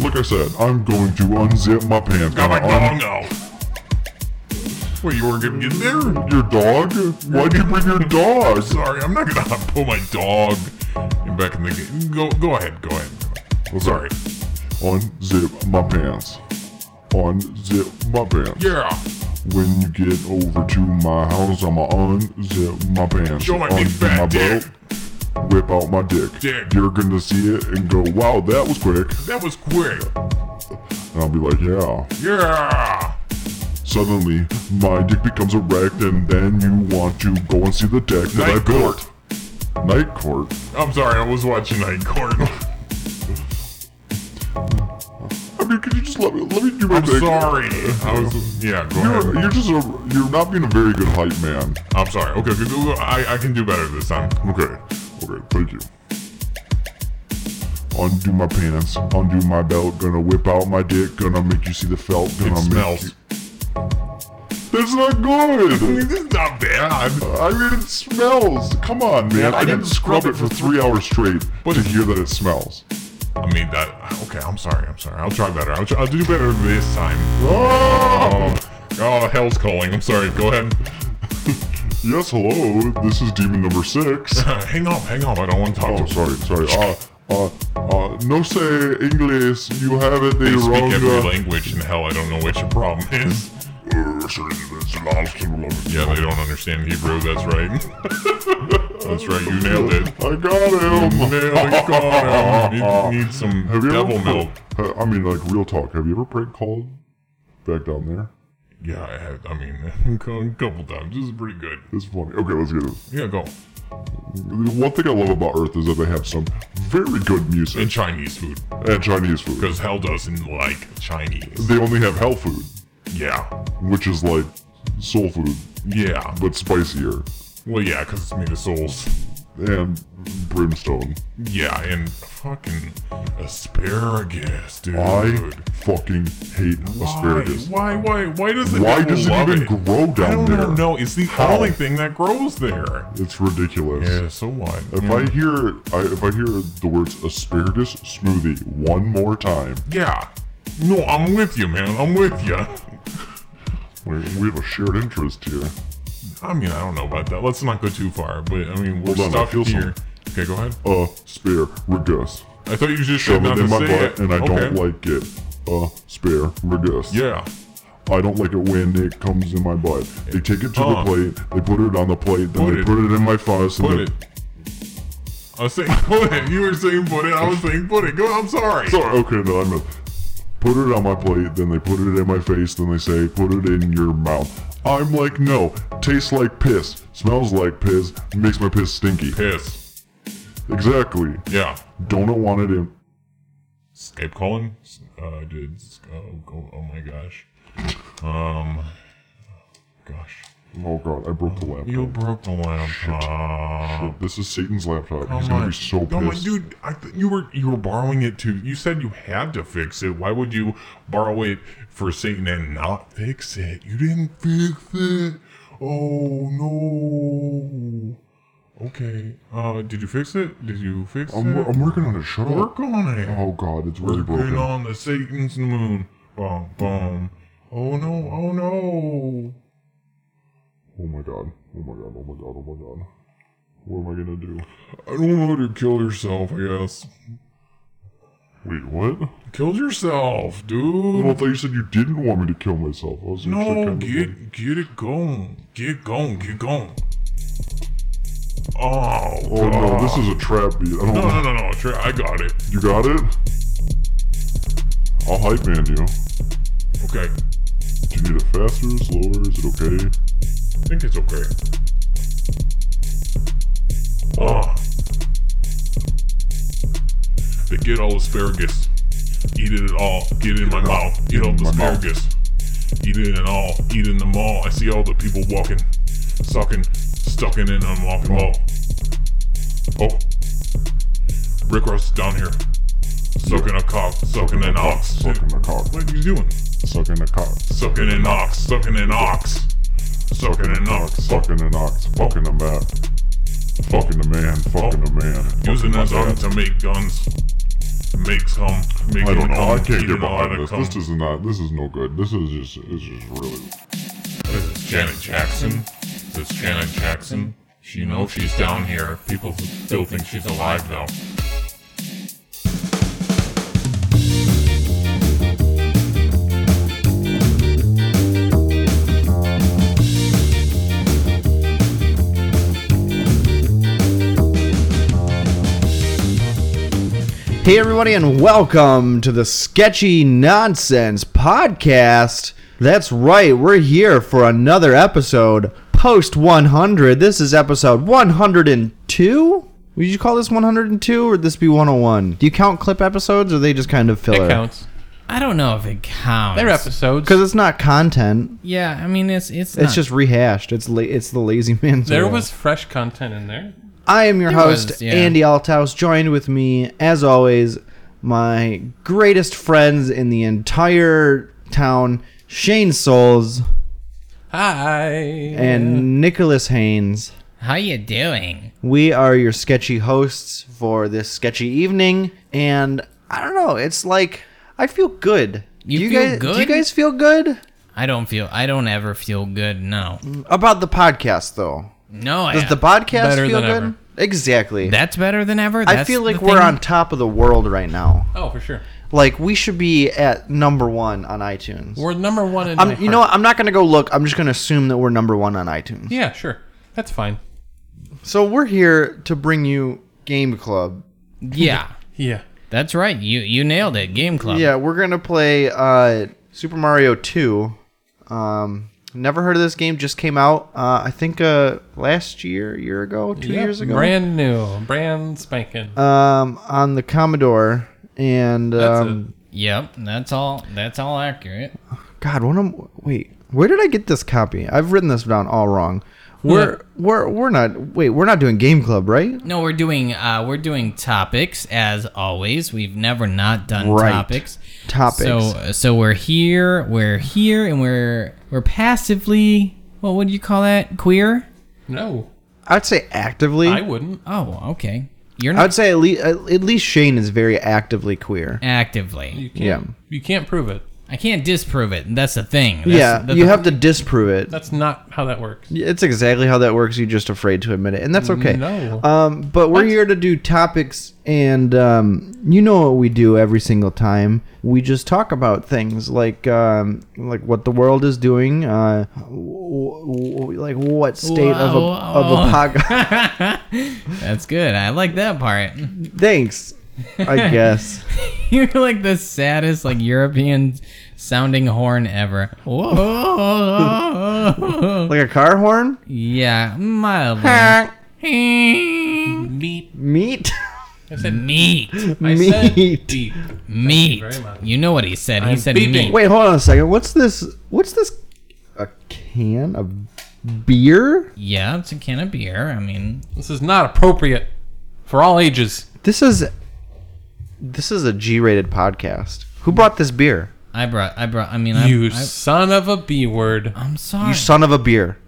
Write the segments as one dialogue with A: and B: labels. A: Like I said, I'm going to unzip my pants.
B: Got my
A: Gonna
B: dong
A: un-
B: out. Wait, you weren't gonna get in there?
A: your dog? Why'd you bring your dog?
B: Sorry, I'm not gonna pull my dog and back in the game. Go, go ahead, go ahead. Well, sorry.
A: Unzip my pants. Unzip my pants.
B: Yeah,
A: When you get over to my house, I'ma unzip my pants.
B: show my big
A: undo
B: fat dick.
A: whip out my dick.
B: Dick.
A: You're gonna see it and go, wow, that was quick.
B: That was quick.
A: And I'll be like, yeah.
B: Yeah.
A: Suddenly, my dick becomes erect, and then you want to go and see the deck that I
B: Night
A: built. Night court.
B: I'm sorry, I was watching Night Court.
A: I mean, could you just let me let me do my
B: I'm
A: thing?
B: sorry. I was. Yeah, go ahead.
A: You're, you're just a you're not being a very good hype man.
B: I'm sorry. Okay, good, good, good. I, I can do better this time.
A: Okay, okay, thank you. Undo my pants, undo my belt, gonna whip out my dick, gonna make you see the felt,
B: It
A: gonna make
B: smells.
A: you- That's not good.
B: This is not bad.
A: I mean, it smells. Come on, man.
B: Yeah,
A: I didn't scrub it for three hours straight
B: But-
A: to hear that it smells.
B: I mean that. Okay, I'm sorry. I'm sorry. I'll try better. I'll, try, I'll do better this time.
A: Ah!
B: Oh, oh, hell's calling. I'm sorry. Go ahead.
A: Yes, hello. This is demon number six.
B: hang on, hang on. I don't want to talk
A: Oh,
B: to
A: sorry,
B: you.
A: sorry. Uh, uh, uh, no say English. You have it the
B: They speak
A: wrong.
B: every
A: uh,
B: language in hell. I don't know which the problem is. Yeah, they don't understand Hebrew. That's right. that's right. You nailed it.
A: I got him.
B: Nailed it. Got him. Need, need some
A: Have you
B: devil
A: ever,
B: milk.
A: Uh, I mean, like real talk. Have you ever prank called back down there?
B: Yeah, I, had, I mean, a couple times. This is pretty good.
A: This is funny. Okay, let's get it.
B: Yeah, go.
A: The One thing I love about Earth is that they have some very good
B: And
A: music
B: Chinese food.
A: and Chinese food.
B: Because hell doesn't like Chinese.
A: They only have hell food,
B: Yeah.
A: which is like soul food
B: Yeah.
A: but spicier
B: Well, yeah, because it's made of souls.
A: and brimstone.
B: Yeah, and fucking asparagus, dude.
A: I fucking hate asparagus.
B: Why? Why? Why does it?
A: Why does it even grow
B: I
A: down
B: don't
A: there?
B: know. It's the
A: How?
B: only thing that grows there.
A: It's ridiculous.
B: Yeah. So what?
A: If
B: Yeah.
A: I hear I, if I hear the words asparagus smoothie one more time,
B: yeah. No, I'm with you, man. I'm with you.
A: we, we have a shared interest here.
B: I mean, I don't know about that. Let's not go too far. But I mean, we're
A: Hold on, I
B: stuck
A: feel
B: here. Okay, go ahead.
A: Asparagus.
B: I thought you just said
A: Shove
B: not
A: it
B: to
A: in my
B: say
A: butt,
B: it.
A: and I
B: Okay.
A: don't like it. Asparagus.
B: Yeah.
A: I don't like it when it comes in my butt. They take it to
B: Uh.
A: the plate, they put it on the plate, then
B: Put
A: they
B: it.
A: put it in my face, and
B: Put
A: they-
B: it. I was saying put it. You were saying put it. I was saying put it. Go. I'm sorry.
A: Sorry, okay, no, I'm Put it on my plate, then they put it in my face, then they say, put it in your mouth. I'm like, no, tastes like piss, smells like piss, makes my piss stinky.
B: Piss.
A: Exactly.
B: Yeah.
A: Don't want it in.
B: Skype calling. Uh, did oh, oh, oh my gosh. Um. Gosh.
A: Oh god, I broke the laptop.
B: You broke the laptop.
A: Shit, this is Satan's laptop.
B: Come
A: He's gonna
B: on.
A: be so
B: Come on,
A: pissed.
B: dude. I th- you were you were borrowing it to. You said you had to fix it. Why would you borrow it for Satan and not fix it? You didn't fix it. Oh no. Okay. Uh, did you fix it? Did you fix
A: I'm,
B: it?
A: wor- I'm working on it. Shut up.
B: Work on it.
A: Oh god, it's really
B: Working
A: broken.
B: on the Satan's moon. Bum bum. Oh no! Oh no!
A: Oh my god. Oh my god. Oh my god. Oh my god. What am I gonna do?
B: I don't know to kill yourself. I guess.
A: Wait, what?
B: Kill yourself,
A: Well, I
B: dude.
A: thought you said you didn't want me to kill myself. I was actually
B: No,
A: kind of-
B: get get it going. Get going. Get going. Oh,
A: Oh no,
B: God.
A: this is a trap beat. I don't
B: no,
A: know.
B: no, no, no. Tra- I got it.
A: You got it? I'll hype man you. Do
B: Okay.
A: you need it faster, slower? Is it okay?
B: I think it's okay. Oh. They get all asparagus. Eat it all. Get it in my mouth. Eat all the
A: my mouth.
B: asparagus. Eat it in all. Eat in the mall. I see all the people walking, sucking, stucking in on walking mall. Oh. Rick Ross is down here. Sucking a cock, sucking an ox.
A: Sucking a cock.
B: What are you doing?
A: Sucking a cock.
B: Sucking an ox, sucking an ox. Sucking an ox.
A: Fucking an ox. Fucking a man. Fucking a man. Fucking a man. fucking
B: using
A: my
B: his arm
A: dad.
B: to make guns. make some. Make
A: I don't
B: him
A: know. I
B: come,
A: can't
B: eat
A: get
B: it all
A: behind
B: and
A: this.
B: come-
A: This is not. This is no good. This is just. It's just really.
B: This is Janet Jackson. This is Janet Jackson. She knows she's down here. People still think she's alive though.
C: Hey, everybody, and welcome to the Sketchy Nonsense Podcast. That's right, we're here for another episode post 100. This is episode 102. Would you call this 102 or would this be 101? Do you count clip episodes or are they just kind of filler?
D: It counts.
E: I don't know if it counts.
D: They're episodes.
C: Because it's not content.
E: Yeah, I mean it's it's
C: It's
E: not-
C: just rehashed. It's la- it's the lazy man's.
D: There
C: way.
D: was fresh content in there.
C: I am your
E: There
C: host,
E: was, yeah.
C: Andy Althouse. Joined with me, as always, my greatest friends in the entire town, Shane Souls
D: Hi.
C: and Nicholas Haynes.
E: how you doing?
C: We are your sketchy hosts for this sketchy evening, and I don't know. It's like I feel good.
E: You
C: do you
E: feel
C: guys, Do you
E: good?
C: guys feel good
E: I don't feel I don't ever feel good. No,
C: about the podcast, though?
E: no. I,
C: Does the podcast
D: Better
C: feel
D: than
C: good?
D: ever.
C: Exactly.
E: that's better than ever.
C: I
E: That's
C: feel like
E: the
C: we're
E: thing.
C: on top of the world right now.
D: oh, for sure.
C: like we should be at number one on iTunes.
D: We're number one in. my
C: I'm, Um, you know
D: heart.
C: what? I'm not gonna go look. I'm just gonna assume that we're number one on iTunes.
D: Yeah, sure. That's fine.
C: So we're here to bring you Game Club.
E: Yeah,
D: Yeah.
E: that's right. You you nailed it. Game Club.
C: Yeah, we're gonna play uh, Super Mario Two. Um, never heard of this game. Just came out. Uh, I think uh, last year, a year ago, two
D: Yep.
C: years ago.
D: Brand new. Brand spanking.
C: um, on the Commodore. And
D: That's
C: um,
E: Yep. That's all. That's all accurate.
C: God, what am? Wait, where did I get this copy? I've written this down all wrong. We're we're we're not. Wait, we're not doing Game Club, right?
E: No, we're doing uh we're doing topics as always. We've never not done
C: Right.
E: topics.
C: Topics.
E: So so we're here. We're here, and we're we're passively. What would you call that? Queer.
D: no,
C: I'd say actively.
D: I
C: I
D: wouldn't.
E: Oh, okay. You're not
C: would say at least at least Shane is very actively queer.
E: actively.
D: You can't. You can't prove it.
E: I can't disprove it. That's the thing. That's,
C: yeah,
E: that-
C: you have to disprove it.
D: That's not how that works.
C: It's exactly how that works. You're just afraid to admit it, and that's okay.
D: No.
C: Um, but we're here to do topics, and um, you know what we do every single time. We just talk about things like um, like what the world is doing, uh, w- w- like what state of a
E: Wow,
C: of a pog-
E: That's good. I like that part.
C: Thanks, I guess.
E: You're like the saddest, like European sounding horn ever. Whoa.
C: Like a car horn,
E: yeah, mildly.
D: Beep.
C: meat,
D: I said.
E: Meat.
D: I said
C: meat.
D: beep.
E: Meat.
D: very much.
E: You know what he said. He
D: I'm
E: said
D: beeping.
E: meat.
C: Wait, hold on a second. What's this? What's this? A can of beer?
E: Yeah, it's a can of beer. I mean,
D: This is not appropriate for all ages.
C: This is this is a G-rated podcast. Who brought this beer?
E: I brought, I brought, I mean, I,
D: you
E: I,
D: son of a b word.
E: I'm sorry.
C: You son of a beer.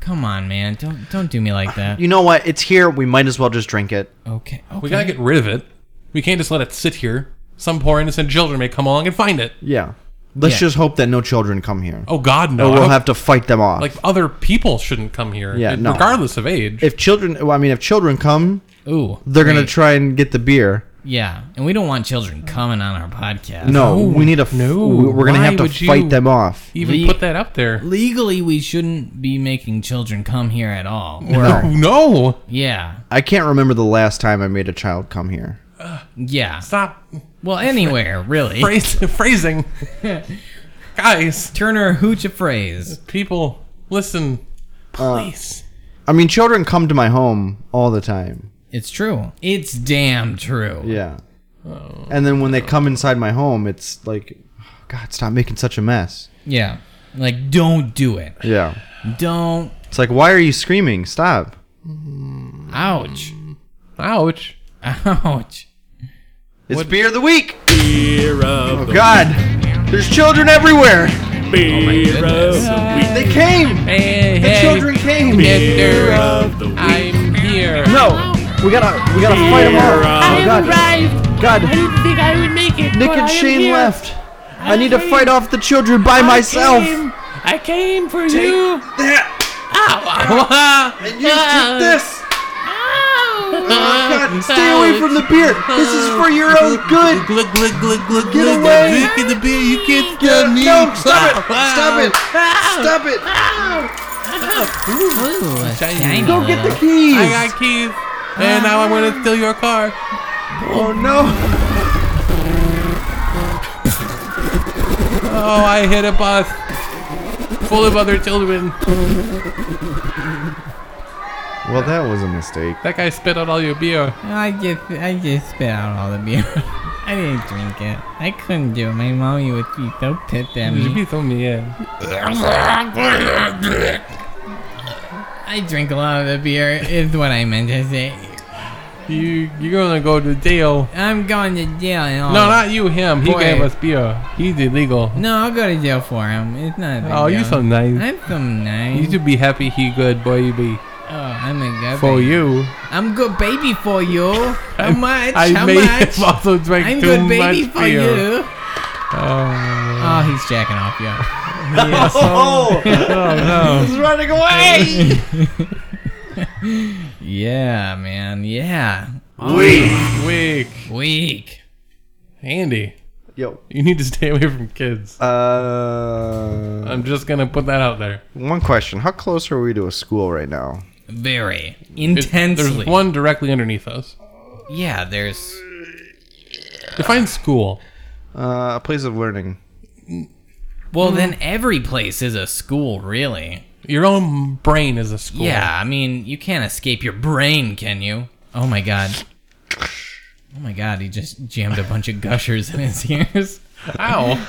E: Come on, man. Don't, don't do me like that.
C: You know what? It's here. We might as well just drink it.
E: Okay. Oh, okay.
D: We gotta get rid of it. We can't just let it sit here. Some poor innocent children may come along and find it.
C: Yeah. Let's
E: Yeah.
C: just hope that no children come here.
D: Oh God, no!
C: Or
D: I
C: we'll
D: hope-
C: have to fight them off.
D: like other people shouldn't come here,
C: Yeah,
D: it-
C: no.
D: regardless of age.
C: if children, well, I mean, if children come,
E: Ooh.
C: they're gonna
E: wait.
C: try and get the beer.
E: Yeah, and we don't want children coming on our podcast.
C: No, we need a. f-
D: no.
C: we're gonna
D: Why
C: have to
D: would
C: fight
D: you-
C: them off.
D: Even
E: Le-
D: put that up there.
E: Legally, we shouldn't be making children come here at all. Or-
D: No, no,
E: yeah,
C: I can't remember the last time I made a child come here.
E: yeah.
D: stop
E: Well, anywhere, really.
D: phrase, phrasing, guys.
E: Turner Hooch a phrase.
D: People, listen,
C: Uh.
D: please.
C: I mean, children come to my home all the time.
E: It's true. It's damn true.
C: Yeah.
F: Oh.
C: and then when they come inside my home, it's like, God, stop making such a mess.
E: Yeah. Like, don't do it.
C: Yeah.
E: Don't.
C: It's like, why are you screaming? Stop.
E: Ouch.
D: Ouch.
E: Mm. Ouch.
C: It's beer of the week. Beer of oh God, there's children everywhere. They came.
D: Hey,
C: The children came.
D: Victor, I'm here.
C: No, We gotta, we gotta fight them all.
F: I
C: Oh,
F: have
C: God,
F: arrived.
C: God.
F: I didn't think I would make it.
C: Nick
F: but
C: and
F: I am
C: Shane
F: here.
C: left. I need to
F: came-
C: fight off the children by
F: I
C: myself.
F: came- I came for you.
C: And you took this. Oh.
D: Ah,
F: Ow.
C: God, stay away from the beer. This is for your own good.
D: Glug, glug, glug, glug,
C: Get
D: glug,
C: away.
D: glug, glug, the beer. You can't
C: Get
D: stop me.
C: No, stop it. Stop it.
D: Ah.
C: Stop it.
E: Ooh, a shiny
C: Go get the
E: little-
C: keys.
D: I got keys, and now I'm gonna steal your car.
C: Oh, no.
D: Oh, I hit a bus full of other children.
C: Well, that was a mistake.
D: That guy spit out all your beer.
E: I just, I just spit out all the beer. I didn't drink it. I couldn't do it. My mommy would be so pissed at
C: Mm-hmm.
D: Did you
E: me.
D: be throwing me in?
E: I drink a lot of the beer. Is what I meant to say.
D: You you're gonna go to jail.
E: I'm going to jail. And all
D: No, not you. Him. Oh. He
E: Boy.
D: gave us beer. He's illegal.
E: No, I'll go to jail for him. It's not. A big
D: Oh, you
E: deal.
D: so nice.
E: I'm so nice.
D: You should be happy. He good boy. Be
E: oh, I'm a good
D: for
E: baby.
D: you.
E: I'm good baby for you. How much?
D: I
E: How
D: made
E: much?
D: him also drink
E: I'm
D: too
E: good baby
D: much
E: for
D: beer.
E: you.
D: Oh,
E: Oh, he's jacking off, yeah.
C: Oh,
D: Oh,
C: He's running away.
E: Yeah, man. Yeah.
D: weak.
E: Weak.
D: Andy,
C: Yo.
D: you need to stay away from kids.
C: Uh,
D: I'm just gonna put that out there.
C: one question: How close are we to a school right now?
E: Very
D: It-
E: intensely.
D: There's one directly underneath us.
E: Yeah, there's.
D: Define school.
C: Uh, a place of learning.
E: Well, then every place is a school, really.
D: Your own brain is a school.
E: Yeah, I mean, you can't escape your brain, can you? Oh my god. Oh my god, he just jammed a bunch of gushers in his ears.
D: Ow.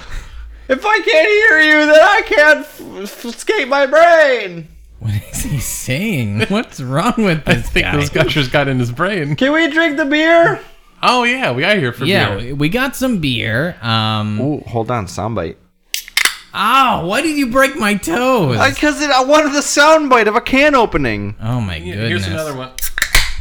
C: If I can't hear you, then I can't f- f- escape my brain.
E: What is he saying? What's wrong with
D: I
E: this
D: think
E: guy?
D: those gushers got in his brain.
C: Can we drink the beer?
D: Oh yeah, we are here for
E: yeah,
D: beer.
E: we- we got some beer. Um.
C: Oh, hold on, soundbite.
E: Oh, why did you break my toes?
C: Because I wanted the soundbite of a can opening.
E: oh my
D: Yeah,
E: goodness.
D: Here's another one.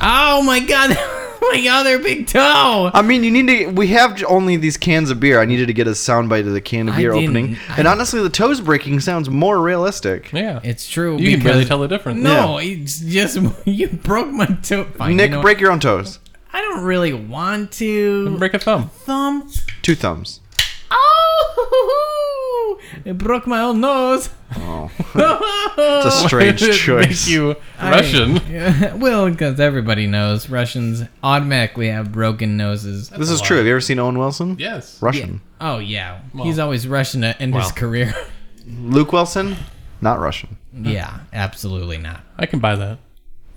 E: Oh my god, my other big toe.
C: I mean, you need to. We have j- only these cans of beer. I needed to get a soundbite of the can of
E: I
C: beer
E: didn't-
C: opening. And honestly, the toes breaking sounds more realistic.
D: Yeah.
E: It's true.
D: you can barely
E: because-
D: tell the difference.
E: No, it's just you broke my toe. Fine, you
C: Nick,
E: know-
C: break your own toes.
E: I don't really want to.
D: Break a thumb.
E: thumb.
C: Two thumbs.
E: Oh, it broke my own nose.
C: It's a strange
D: Did it
C: choice.
D: Make you
E: I-
D: Russian.
E: Yeah, well, because everybody knows Russians automatically have broken noses.
C: this is true. Have you ever seen Owen Wilson?
D: Yes.
C: Russian.
E: Oh yeah, he's always Russian to end
D: Well.
E: his career.
C: Luke Wilson? Not Russian.
E: yeah, absolutely not.
D: I can buy that.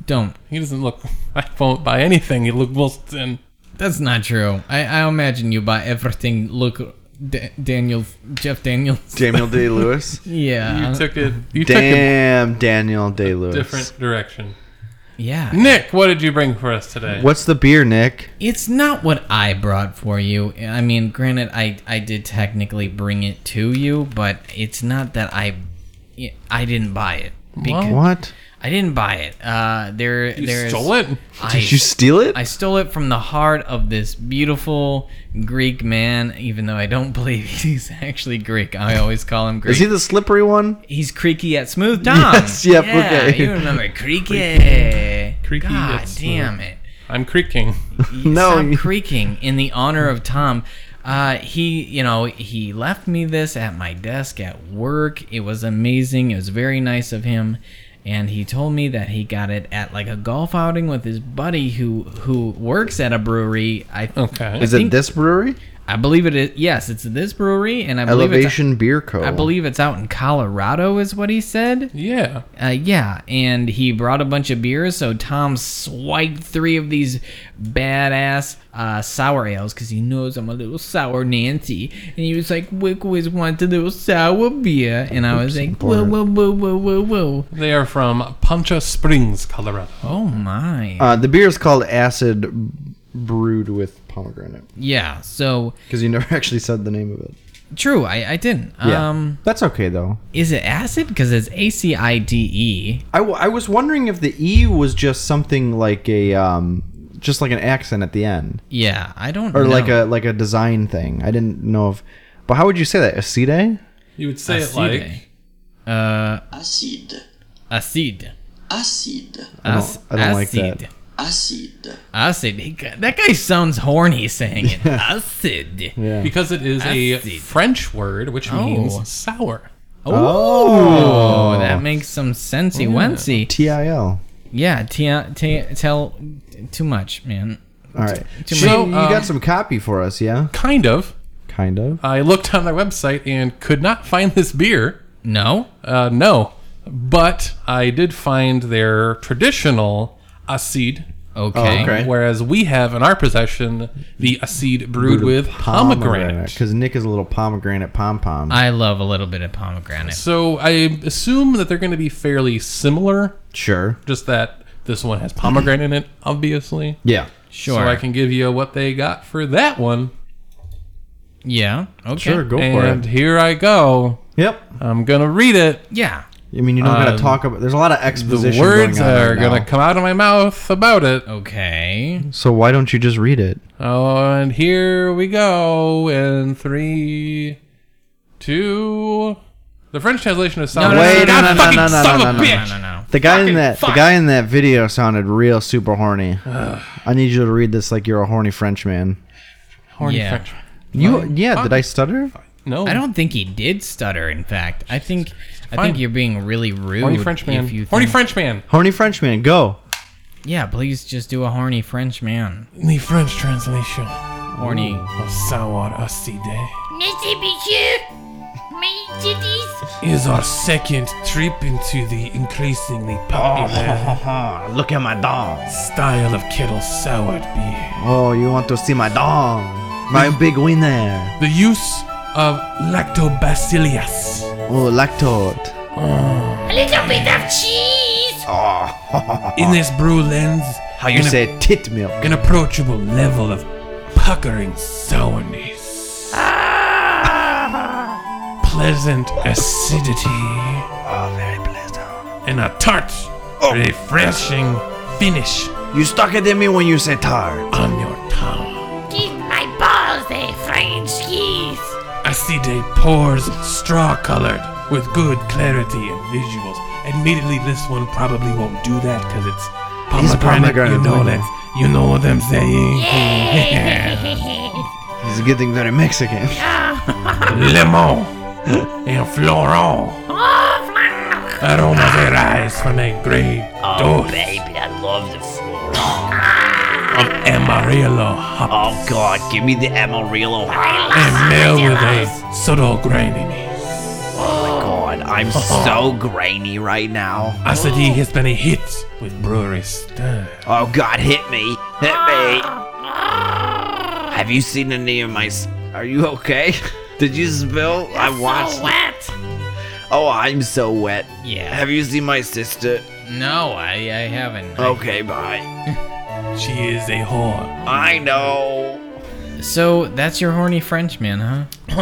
E: Don't.
D: He doesn't look. I won't buy anything. He look Wilson.
E: That's not true. I, I imagine you buy everything. Look, D- Daniel, Jeff Daniels.
C: Daniel Day Lewis?
E: Yeah,
D: You took it. You
C: Uh, Damn, Daniel Day
D: took
C: Lewis.
D: a different direction.
E: yeah.
D: Nick, what did you bring for us today?
C: What's the beer, Nick?
E: It's not what I brought for you. I mean, granted, I I did technically bring it to you, but it's not that I I didn't buy it. Because
C: What?
E: I didn't buy it. Uh, there,
D: You
E: there's.
D: stole it.
E: I,
C: Did you steal it?
E: I stole it from the heart of this beautiful Greek man. Even though I don't believe he's actually Greek, I always call him Greek.
C: Is he the slippery one?
E: He's Creaky at Smooth Tom.
C: Yes, yep,
E: yeah,
C: okay.
E: You remember Creaky.
D: Creaky
E: God
D: at Smooth.
E: damn it.
D: I'm creaking.
C: No,
E: Stop
C: you-
E: creaking in the honor of Tom. Uh, he, you know, he left me this at my desk at work. It was amazing. It was very nice of him. And he told me that he got it at like a golf outing with his buddy who who works at a brewery. I
C: Oh.
D: Okay.
C: Is
E: think-
C: it this brewery?
E: I believe it is. Yes, it's this brewery, and I believe
C: Elevation Beer Co.
E: It's, I believe it's out in Colorado, is what he said.
D: yeah.
E: Uh, yeah, and he brought a bunch of beers, so Tom swiped three of these badass uh, sour ales because he knows I'm a little sour Nancy. And he was like, Wick always wants a little sour beer. And I was like, whoa, whoa, whoa, whoa, whoa, whoa.
D: They are from Poncha Springs, Colorado.
E: Oh, my.
C: Uh, the beer is called Acid Brewed with Pomegranate
E: yeah, so
C: because you never actually said the name of it.
E: true, I, I didn't. Um,
C: that's okay though.
E: Is it acid? Because it's A C I D E.
C: I, w- I was wondering if the E was just something like a um just like an accent at the end,
E: Yeah, I don't
C: or
E: know.
C: like a like a design thing. I didn't know if. But how would you say that? Acide?
D: You would say it like.
E: Acide. uh
G: acide,
E: acid.
G: acide,
E: Ac-
C: I don't like that.
E: acid.
G: acide.
E: Acid. He, got- that guy sounds horny saying it. acid.
C: Yeah.
D: Because it is a
E: Acid.
D: French word, which
E: Oh.
D: means sour.
E: Oh, that makes some sensey wency.
C: T I L.
E: Yeah, t- t- tell too much, man.
C: All right.
E: too
C: so
D: many-
C: you
D: So,
C: got
D: um,
C: some copy for us, yeah?
D: Kind of.
C: Kind of.
D: I looked on their website and could not find this beer.
E: No.
D: Uh, no. But I did find their traditional acid,
E: Okay.
C: okay.
D: whereas we have in our possession the acid brewed with pomegranate.
C: Because Nick is a little pomegranate pom pom.
E: I love a little bit of pomegranate.
D: So I assume that they're going to be fairly similar,
C: Sure.
D: just that this one has pomegranate in it, obviously.
C: Yeah.
E: Sure.
D: So I can give you what they got for that one.
E: yeah. Okay.
C: Sure, go for
D: and
C: it.
D: here I go.
C: Yep.
D: I'm going to read it.
E: Yeah.
C: I mean, you don't got
D: Um,
C: to talk about. There's a lot of exposition.
D: the words
C: going on
D: are
C: right
D: going
C: now.
D: to come out of my mouth about it.
E: Okay.
C: So why don't you just read it?
D: Oh, and here we go in three, two. The French translation is sound.
E: No, no,
C: Wait,
E: no,
C: no,
D: God
C: no,
D: fucking
C: no, no,
D: son
C: no,
D: of a
C: no,
D: bitch.
E: No, no, no.
C: The guy in
D: Fucking
C: that the
D: fuck.
C: guy in that video sounded real super horny. I need you to read this like you're a horny Frenchman.
D: Horny
E: Yeah.
D: French.
C: You yeah?
D: fuck.
C: Did I stutter?
D: No,
E: I don't think he did stutter. In fact, I think I
D: Fine.
E: think you're being really rude.
D: Horny French man.
E: If you
D: Horny
E: think-
D: French man.
C: Horny Frenchman, go.
E: Yeah, please just do a horny French man.
D: The French translation
E: Horny.
D: of sour acide
F: Merci, monsieur. My titties.
D: is our second trip into the increasingly popular
C: Oh, Look at my dong.
D: style of kettle soured beer.
C: Oh, you want to see my dong? My big winner.
D: The use uh, of lactobacillus
C: Oh, lactose.
F: A little bit of cheese.
C: Oh.
D: in this brew lends how
C: You say tit milk.
D: an approachable level of puckering sourness. pleasant acidity. And a tart, refreshing finish
C: You stuck it in me when you say tar.
D: on your tongue.
F: Give my balls a French kiss.
D: Acide pours straw colored with good clarity and visuals. Admittedly, this one probably won't do that because it's
C: It's
D: pomegranate.
C: pomegranate,
D: You know
C: I know.
D: that. You know what I'm saying.
C: He's getting very Mexican.
D: Lemon and Florent. Aroma they rise from a great dose
H: Oh,
D: Ah.
H: Baby, I love the floor.
D: of Amarillo hop
H: Oh God, give me the Amarillo.
D: and mill with a subtle graininess.
H: God, I'm so grainy right now.
D: Acidi has been a hit with brewery stud.
H: Oh God, hit me, hit me. Have you seen any of my? s- Are you okay? Did you spill? I watched.
F: So wet.
H: Oh, I'm so wet.
E: Yeah.
H: Have you seen my sister?
E: No, I I haven't.
H: Okay, bye.
D: She is a whore.
H: I know.
E: So that's your horny French man, huh?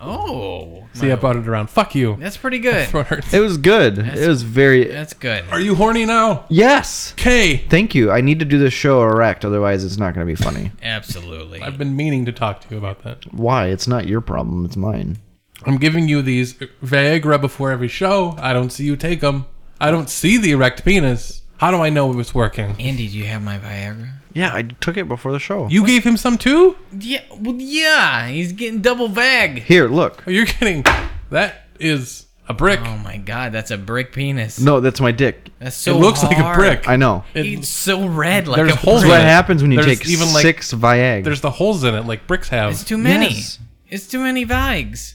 E: Oh.
D: See, I brought it around. Fuck you.
E: That's pretty good.
C: It was good. it was very.
E: That's good.
D: Are you horny now?
C: Yes.
D: K.
C: Thank you. I need to do this show erect, otherwise it's not going to be funny.
E: Absolutely.
D: I've been meaning to talk to you about that.
C: Why? It's not your problem. It's mine.
D: I'm giving you these Viagra before every show. I don't see you take them. I don't see the erect penis. How do I know it was working?
E: Andy, do you have my Viagra?
C: Yeah, I took it before the show.
D: You gave him some too?
E: Yeah. Well, yeah. He's getting double bag.
C: Here, look.
D: You're kidding. That is a brick.
E: Oh my God, that's a brick penis.
C: No, that's my dick.
E: That's
D: it
E: so.
D: looks like a
E: hard.
D: brick.
C: I know.
D: It-
E: It's so red, like
D: There's
E: a holes.
D: holes
C: That's
D: in
C: what
D: it.
C: happens when you
D: There's
C: take
D: even, like-
C: six Viagra.
D: There's the holes in it like bricks have.
E: It's too many.
C: Yes.
E: It's too many Vigs.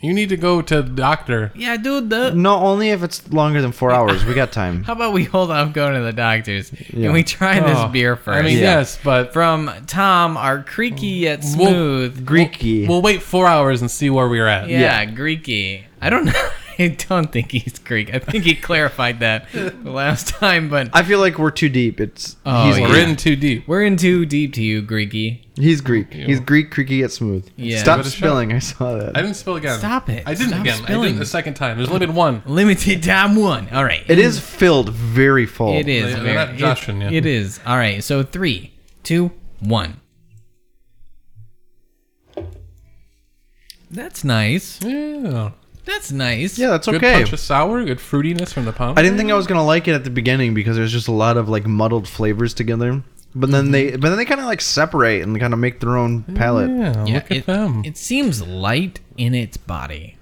D: you need to go to the doctor.
E: Yeah, dude. The,
C: no, only if it's longer than four hours. We got time.
E: how about we hold off going to the doctors
C: Yeah.
E: and we try
D: Oh,
E: this beer first?
D: I mean,
C: Yeah.
D: yes, but
E: From Tom, our creaky yet
D: Well,
E: smooth.
C: Greeky.
D: we'll wait four hours and see where we're at.
E: yeah, Greeky. I don't know. I don't think he's Greek. I think he clarified that the last time, but
C: I feel like we're too deep. It's
E: Oh,
C: he's
E: yeah.
D: We're
C: Greek.
D: in too deep.
E: we're in too deep to you, Greeky.
C: He's Greek. He's Greek, creaky yet smooth.
E: Yeah. Give
C: Stop
D: it a shot.
C: spilling. I saw that.
D: I didn't spill again.
E: Stop it.
D: I didn't
E: Stop
D: again. I
E: spilling.
D: didn't the second time. There's only been one.
E: Limited time one. All right.
C: it is filled very full.
E: It is.
D: They're
E: very-
D: not
E: it-
D: joshing you.
E: it is. All right. So three, two, one. That's nice.
D: Yeah.
E: That's nice.
C: Yeah, that's
D: good
C: okay.
D: punch of sour, good fruitiness from the pump.
C: I didn't think I was gonna like it at the beginning because there's just a lot of like muddled flavors together. But then they, but then they kind of like separate and kind of make their own palette. Yeah.
D: yeah,
E: Yeah,
D: Oh, look at
E: it,
D: them.
E: It seems light in its body.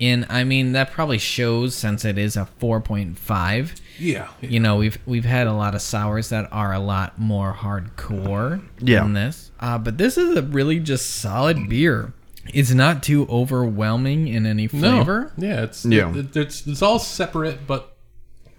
E: And I mean that probably shows since it is a 4.5.
D: yeah.
E: You know, we've we've had a lot of sours that are a lot more hardcore
C: Yeah.
E: than this. Uh, but this is a really just solid beer. It's not too overwhelming in any flavor.
D: No. Yeah, it's
C: Yeah.
D: it- it's it's all separate but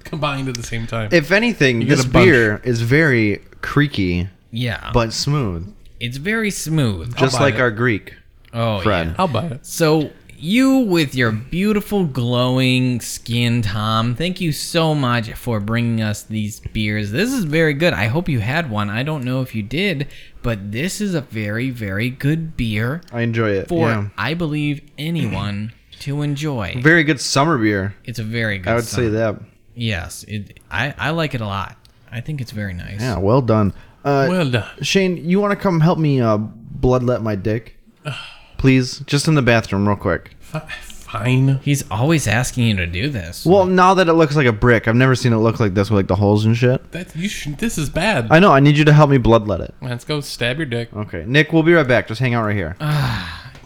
D: combined at the same time.
C: If anything,
D: get
C: this
D: a bunch.
C: beer is very creaky
E: Yeah.
C: but smooth,
E: it's very smooth.
C: just
D: buy
C: like
D: it.
C: our Greek
E: Oh
C: friend.
E: yeah.
D: I'll buy it.
E: So you with your beautiful glowing skin, Tom. Thank you so much for bringing us these beers. This is very good. I hope you had one. I don't know if you did, but this is a very very good beer
C: I enjoy it.
E: for
C: yeah.
E: I believe anyone to enjoy.
C: Very good summer beer.
E: It's a very good.
C: I would say
E: song.
C: that.
E: Yes, it. I I like it a lot. I think it's very nice.
C: Yeah, well done. Uh,
D: Well done.
C: Shane, you want to come help me uh, bloodlet my dick? Please, just in the bathroom, real quick.
D: Fi- Fine.
E: He's always asking you to do this.
C: Well, now that it looks like a brick, I've never seen it look like this with like the holes and shit.
D: That you should, this is bad.
C: I know. I need you to help me bloodlet it.
D: Let's go stab your dick.
C: Okay, Nick, we'll be right back. Just hang out right here.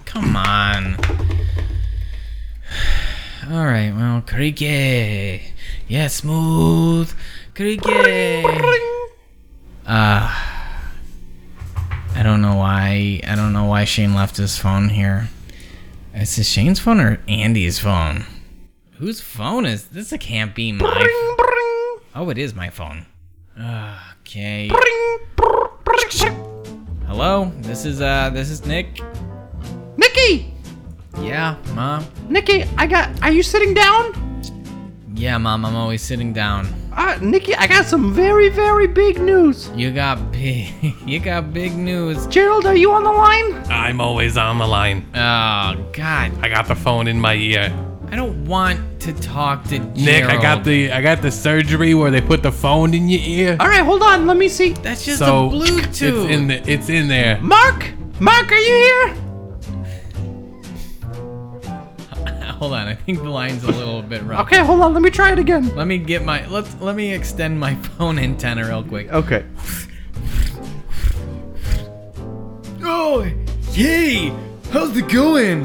E: Come on. All right, well, creaky. Yeah, smooth. Creaky. Uh, I don't know why. I don't know why Shane left his phone here. Is this Shane's phone or Andy's phone? Whose phone is this? Can't be my. f- Oh, it is my phone. Okay. Hello. This is uh. This is Nick.
C: Nikki,
E: Yeah, mom.
C: Nikki, I got. Are you sitting down?
E: Yeah, mom, I'm always sitting down.
C: Uh, Nikki, I got some very, very big news.
E: You got big, you got big news.
C: Gerald, are you on the line?
D: I'm always on the line.
E: Oh God,
D: I got the phone in my ear.
E: I don't want to talk to Gerald.
D: Nick, I got the I got the surgery where they put the phone in your ear.
C: All right, hold on. Let me see.
E: That's just
D: so
E: a Bluetooth.
D: It's in the, it's in there.
C: Mark, Mark, are you here?
E: Hold on, I think the line's a little bit rough.
C: Okay, hold on. Let me try it again.
E: Let me get my let's let me extend my phone antenna real quick.
C: Okay.
E: Oh, yay! How's it going?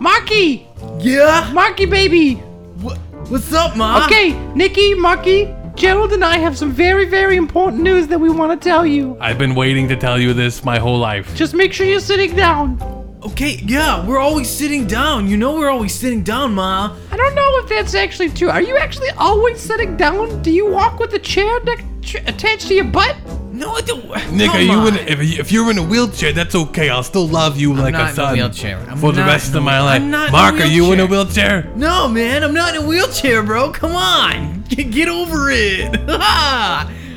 C: Marky,
E: Yeah.
C: Marky, baby.
E: What, what's up, mom?
C: Okay, Nikki, Marky, Gerald, and I have some very, very important news that we want to tell you.
D: I've been waiting to tell you this my whole life.
C: Just make sure you're sitting down.
E: Okay. Yeah, we're always sitting down. You know we're always sitting down, ma.
C: I don't know if that's actually true. Are you actually always sitting down? Do you walk with a chair ne- tr- attached to your butt?
E: No, I don't.
D: Nick,
E: Come
D: are you
E: on.
D: in? If, you- if you're in a wheelchair, that's okay. I'll still love you like
E: not in
D: a
E: a
D: son
E: wheelchair. I'm
D: for the
E: not
D: rest
E: in a
D: of
E: wheel-
D: my life.
E: I'm not in a
D: Mark, are you in a
E: wheelchair.
D: wheelchair?
E: No, man, I'm not in a wheelchair, bro. Come on. Get, get over it.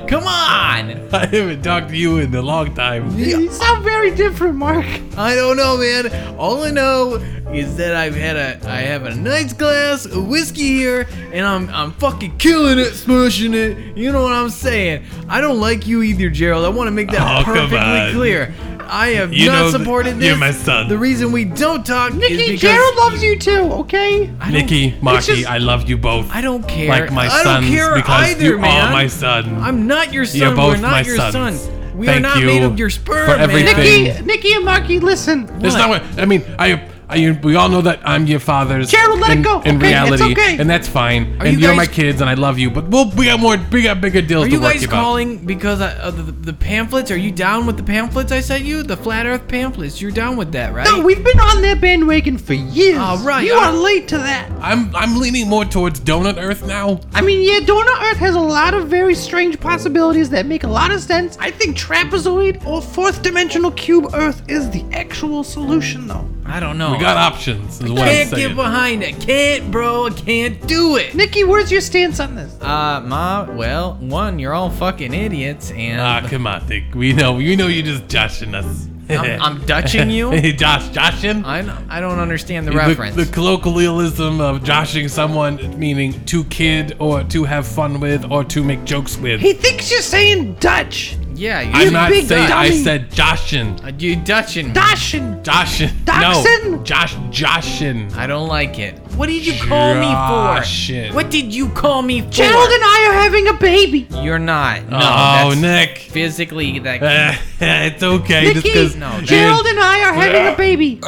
E: Come on.
D: I haven't talked to you in a long time.
C: You sound very different, Mark.
E: I don't know, man. All I know is that I've had a I have a nice glass of whiskey here and I'm I'm fucking killing it, smashing it. You know what I'm saying? I don't like you either, Gerald. I want to make that
D: Oh, come
E: perfectly
D: on.
E: clear. I have
D: You
E: not
D: know that
E: supported this.
D: you're my son.
E: The reason we don't talk is
C: Nikki,
E: because
C: Gerald loves you too, okay?
E: I don't-
D: Nikki, Marky,
C: just-
D: I love you both.
E: I don't care.
D: like my
E: I
D: sons
E: don't care
D: because
E: either,
D: you
E: man.
D: are my son.
E: I'm not your son.
D: You're both
E: We're not
D: my
E: your
D: sons.
E: son. We are
D: Thank
E: not
D: you
E: made of your sperm,
D: for
E: man.
D: everything.
C: Nikki, Nikki and Marky, listen.
D: That's not what I mean. I, I, we all know that I'm your father's.
C: Gerald, let it
D: in,
C: go.
D: In
C: Okay, it's
D: reality,
C: okay.
D: and that's fine.
E: Are
D: and
E: you
D: are my
E: guys-
D: kids, and I love you. But we'll, we got more. We got bigger deals
E: Are
D: to
E: you
D: worry
E: guys
D: about.
E: calling because I, of the, the pamphlets? Are you down with the pamphlets I sent you? The flat Earth pamphlets. You're down with that, right?
C: No, we've been on that bandwagon for years.
E: All right,
C: You
E: all
C: are
E: right.
C: late to that.
D: I'm I'm leaning more towards Donut Earth now.
C: I mean, yeah, Donut Earth has a lot of very strange possibilities that make a lot of sense. I think trapezoid or fourth dimensional cube Earth is the actual solution, though.
E: Oh. I don't know.
D: We got options. Is what I'm
E: Can't
D: saying.
E: get behind it. Can't, bro. I Can't do it.
C: Nikki, where's your stance on this?
E: Uh, ma. Well, one, you're all fucking idiots, and
D: Ah, come on, Dick. We know. You know you're just joshing us.
E: I'm- I'm Dutching you?
D: Josh, joshing?
E: I don't, I don't understand the
D: The,
E: reference.
D: the colloquialism of joshing someone meaning to kid or to have fun with or to make jokes with.
C: He thinks you're saying Dutch.
E: yeah, you,
D: I'm not
C: big
D: saying I
C: dummy.
D: said joshin.
E: uh, you Dutching. me.
C: Dashin.
D: Joshin. No.
C: Dachshund?
D: Josh joshin.
E: I don't like it. What did you call
D: Ah,
E: me for?
D: Joshin.
E: What did you call me for?
C: Gerald and I are having a baby.
E: You're not. No,
D: oh,
E: that's
D: Nick.
E: physically that.
D: it's okay. just
C: Nikki,
D: 'cause-
E: No, that's-
C: Gerald and I are having a baby.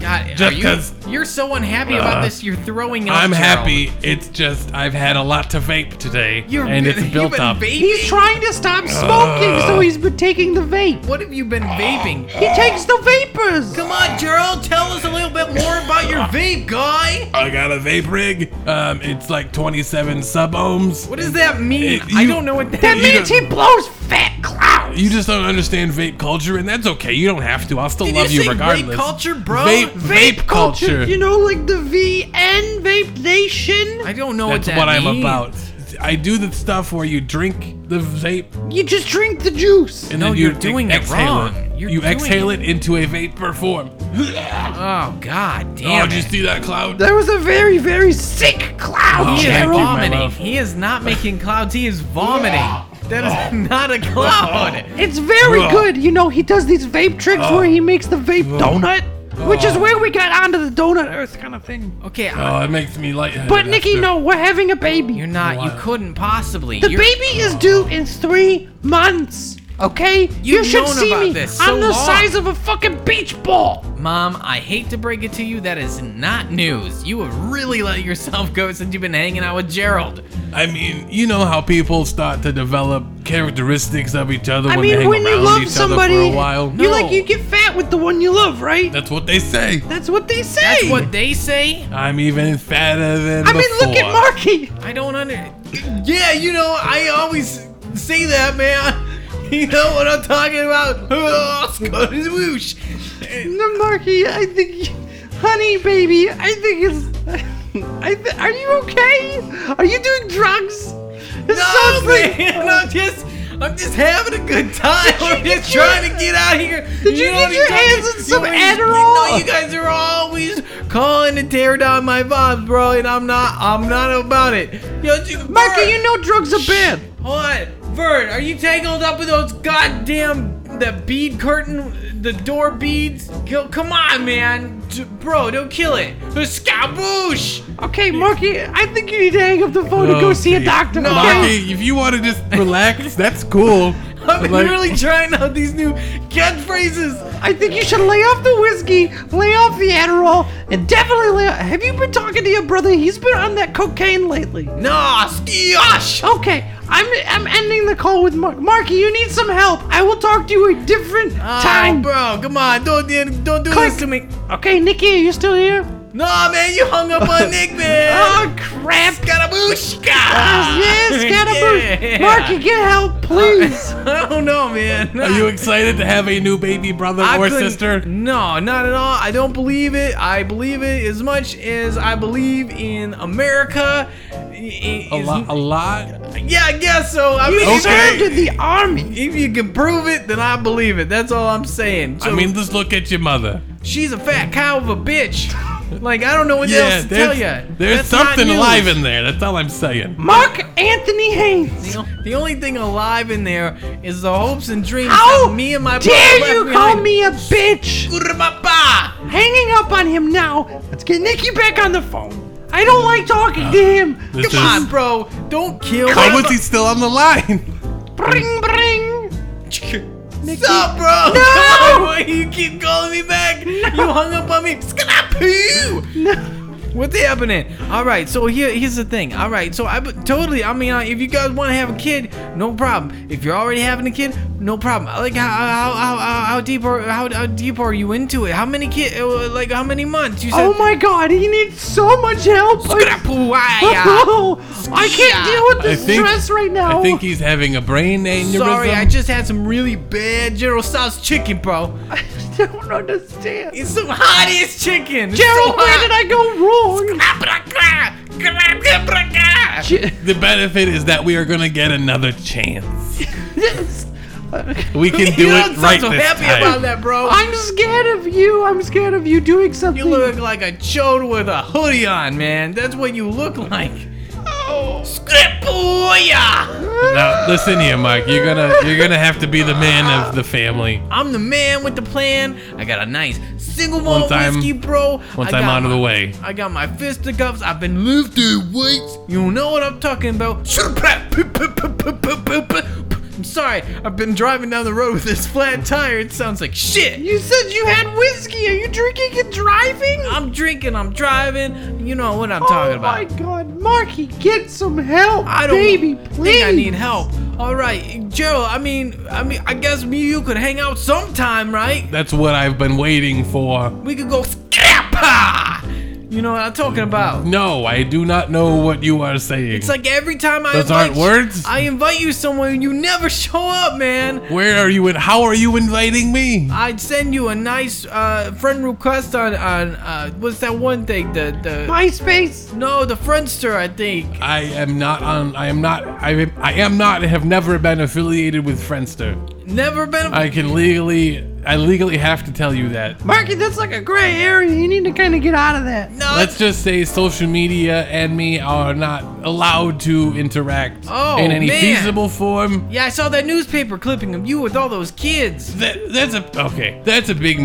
E: God,
D: Just
E: are
D: 'cause- uh,
E: you, you're so unhappy about this. You're throwing up.
D: I'm
E: Gerald.
D: happy. It's just I've had a lot to vape today,
E: You're,
D: and it's
E: you've
D: built
E: been
D: up.
E: Vaping?
C: He's trying to stop
D: Uh.
C: smoking, so he's been taking the vape.
E: what have you been vaping?
C: He takes the vapors.
E: Come on, Gerald. Tell us a little bit more about your vape, guy.
D: I got a vape rig. Um, it's like 27 sub ohms.
E: What does that mean?
D: It- you-
E: I don't know what that,
C: That means
E: means.
C: he blows fat clouds.
D: You just don't understand vape culture, and that's okay. You don't have to. I'll still
E: Did
D: love
E: you
D: you,
E: say
D: regardless.
E: Vape culture, bro.
D: Vape, vape culture.
C: You know, like the VN Vape Nation.
E: I don't know
D: that's
E: what
D: what,
E: that
D: I'm
E: means.
D: about. I do the stuff where you drink the vape,
C: You just drink the juice.
D: and
E: No,
D: then you
E: you're doing it
D: exhale
E: wrong. You're
D: you
E: doing
D: exhale it. into a vapor form.
E: Oh God,
D: Oh,
E: damn
D: did you
E: it.
D: see that cloud?
C: There was a very, very sick cloud.
D: Oh,
E: He is
D: thank you, my
E: vomiting.
D: love.
E: He is not making clouds. He is vomiting.
D: Oh.
E: That is not a cloud.
C: It's very
D: Ugh.
C: good. You know, he does these vape tricks
D: Oh.
C: where he makes the vape donut, which is where we got onto the donut earth kind of thing.
E: Okay, I-
D: Oh, it makes me light.
C: But Nikki, no, we're having a
E: you're
C: baby.
E: not. You
D: Wow.
E: couldn't possibly.
C: The
E: You're-
C: baby is due in three months. Okay, you
E: You've
C: should
E: known
C: see
E: about
C: me.
E: this so
C: I'm the
E: long.
C: size of a fucking beach ball.
E: Mom, I hate to break it to you, that is not news. You have really let yourself go since you've been hanging out with Gerald.
D: I mean, you know how people start to develop characteristics of each other
C: I
D: when they
C: mean,
D: hang
C: when you
D: around
C: love
D: each
C: somebody,
D: other for a while.
C: you like
E: Oh.
C: you get fat with the one you love, right?
D: That's what they say.
C: That's what they say.
E: That's what they say.
D: I'm even fatter than
C: I
D: before.
C: mean, look at Marky.
E: I don't under. Yeah, you know, I always say that, man. You know what I'm talking about? Oh, Scott is whoosh.
C: No, Marky, I think, honey, baby, I think it's. I th- are you okay? Are you doing drugs? It
E: No,
C: sounds like.
E: man, I'm just, I'm just having a good time.
C: you
E: I'm
C: get
E: just
C: your-
E: trying to get out of here.
C: Did you
E: know
C: get
E: what
C: your
E: I'm talking-
C: hands on some
E: you always- You know,
C: Adderall?
E: you guys are always calling to tear down my vibes, bro, and I'm not, I'm not about it. Yo, you,
C: Marky,
E: Vern,
C: you know drugs are bad.
E: Hold on, Vern, are you tangled up with those goddamn the bead curtain, the door beads? Yo, come on, man, D- bro, don't kill it. Scaboosh!
C: Okay, Marky, I think you need to hang up the phone and go see a
D: Okay.
C: doctor.
E: No.
C: okay?
D: Marky, if you want to just relax, that's cool.
E: I've been
D: Like-
E: really trying out these new catchphrases.
C: I think you should lay off the whiskey, lay off the Adderall, and definitely lay off. Have you been talking to your brother? He's been on that cocaine lately.
E: Nah, ah, skiosh!
C: Okay, I'm I'm ending the call with Mark. Marky, you need some help. I will talk to you a different
E: Oh,
C: time.
E: bro. Come on, don't don't do
C: Click.
E: this to me.
C: Okay, Nikki, are you still here?
E: No, man, you hung up on Nick,
D: Ah,
E: man.
C: Oh crap!
E: Scarabushka! Ah,
C: Yes, Scataboo!
E: Yeah.
C: Marky, get help, please.
E: I don't know, man.
D: Are you excited to have a new baby brother
E: I
D: or
E: couldn't-
D: sister?
E: No, not at all. I don't believe it. I believe it as much as I believe in America. I-
D: A
E: is-
D: lot, a lot.
E: Yeah, I guess so. I mean,
C: You
E: if-
C: served in the army.
E: if you can prove it, then I believe it. That's all I'm saying.
D: I
E: So-
D: mean, just look at your mother.
E: She's a fat cow of a bitch. Like I don't know what else to tell
D: there's,
E: you.
D: there's something alive in there. That's all I'm saying.
C: Mark Anthony Haynes.
E: The, the only thing alive in there is the hopes and dreams
C: How
E: of me and my
C: dare
E: brother
C: you
E: left
C: call
E: behind.
C: me a bitch?
E: Grrrmapa!
C: Hanging up on him now. Let's get Nikki back on the phone. I don't like talking to him.
D: This
E: Come on, bro. Don't kill.
D: Why was he still on the line?
C: Bring, bring.
E: What's up, bro?
C: No!
E: Why you keep calling me back? You hung up on me. Skrapoo! What's happening? All right, so here, here's the thing. All right, so I but totally. I mean, uh, if you guys want to have a kid, no problem. If you're already having a kid, no problem. Like how how how, how, how deep are how, how deep are you into it? How many kid? uh, Like how many months? You said.
C: Oh my god, he needs so much help. I,
E: Skrapoo! ah,
C: oh, I can't deal with
D: I
C: this
D: think-
C: stress right now.
D: I think he's having a brain
E: yeah.
D: aneurysm.
E: Sorry, I just had some really bad General Tso's chicken, bro.
C: don't understand.
E: It's so hot, it's chicken. It's
C: Gerald,
E: so
C: where did
E: hot.
C: I go wrong?
D: The benefit is that we are gonna get another chance. We can do
E: you
D: it
E: don't sound
D: right
E: so
D: this
E: happy
D: time.
E: about that, bro.
C: I'm scared of you. I'm scared of you doing something.
E: You look like a chode with a hoodie on, man. That's what you look like. Oh, Scrippuya!
D: Now listen here, Mike. You're gonna you're gonna have to be the man of the family.
E: I'm the man with the plan. I got a nice single
D: One
E: malt
D: time-
E: whiskey, bro.
D: Once
E: I got
D: I'm out of
E: my-
D: the way.
E: I got my fisticuffs. I've been lifted weights. You know what I'm talking about. I'm sorry. I've been driving down the road with this flat tire. It sounds like shit.
C: You said you had whiskey. Are you drinking and driving?
E: I'm drinking. I'm driving. You know what I'm talking
C: oh
E: about.
C: my god, Marky, get some help,
E: I don't
C: baby, please.
E: think I need help. All right, Gerald. I mean, I mean, I guess me and you could hang out sometime, right?
D: That's what I've been waiting for.
E: We could go scrappa. You know what I'm talking about?
D: No, I do not know what you are saying.
E: It's like every time I
D: Those
E: invite
D: aren't
E: you-
D: words?
E: I invite you somewhere and you never show up, man.
D: Where are you and how are you inviting me?
E: I'd send you a nice uh, friend request on on uh, what's that one thing? The the
C: MySpace.
E: no, the Friendster, I think.
D: I am not on. I am not. I am, I am not. Have never been affiliated with Friendster.
E: Never been. A-
D: I can legally. I legally have to tell you that.
C: Marky, that's like a gray area. You need to kind of get out of that.
E: no,
D: Let's just say social media and me are not allowed to interact
E: Oh,
D: in any
E: man.
D: feasible form.
E: yeah, I saw that newspaper clipping of you with all those kids.
D: That, that's a okay. That's a big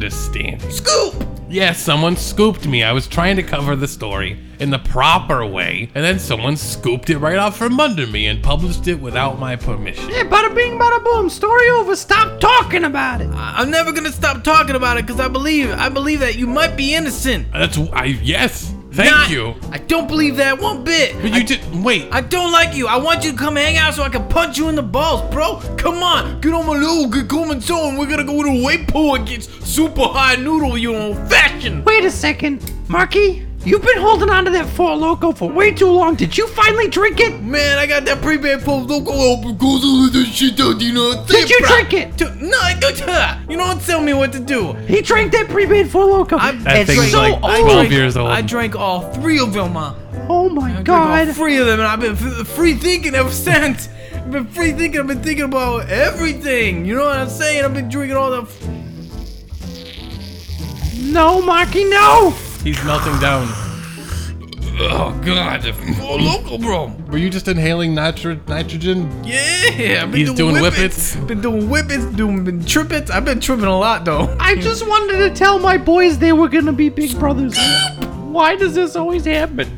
D: misunderstanding.
E: Scoop.
D: Yes, someone scooped me. I was trying to cover the story in the proper way, and then someone scooped it right off from under me and published it without my permission.
C: Yeah, bada bing, bada boom. Story over. Stop talking about it.
E: I- I'm never gonna stop talking about it because I believe I believe that you might be innocent.
D: That's I yes. Thank
E: Not-
D: you.
E: I don't believe that one bit.
D: But you did wait.
E: I don't like you. I want you to come hang out so I can punch you in the balls, bro. Come on, get on my little good common zone. We're gonna go to a weight pool and get super high noodle you old fashioned.
C: Wait a second, Marky. You've been holding on to that Four Loco for way too long. Did you finally drink it?
E: Man, I got that prepaid phone. Don't go up and go do this shit, though, you know? what I'm
C: Did
E: saying,
C: you
E: bro?
C: drink it?
E: Dude, No, I don't. You don't tell me what to do.
C: He drank that pre-made Four Loco.
E: I,
D: That
E: I
D: thing's
E: drank-
D: like
E: I
D: 12
E: drank-
D: years old.
E: I drank all three of uh, them, huh?
C: oh my
E: I drink all
C: god.
E: three of them, and I've been f- free thinking ever since. I've been free thinking. I've been thinking about everything. You know what I'm saying? I've been drinking all the. F-
C: No, Marky, no.
D: He's melting down.
E: oh God! Oh, local, bro.
D: Were you just inhaling nitro- nitrogen?
E: Yeah, I've been
D: He's doing whippets.
E: Been doing whippets. Doing been trippets. I've been tripping a lot though.
C: I just wanted to tell my boys they were gonna be big brothers. Why does this always happen?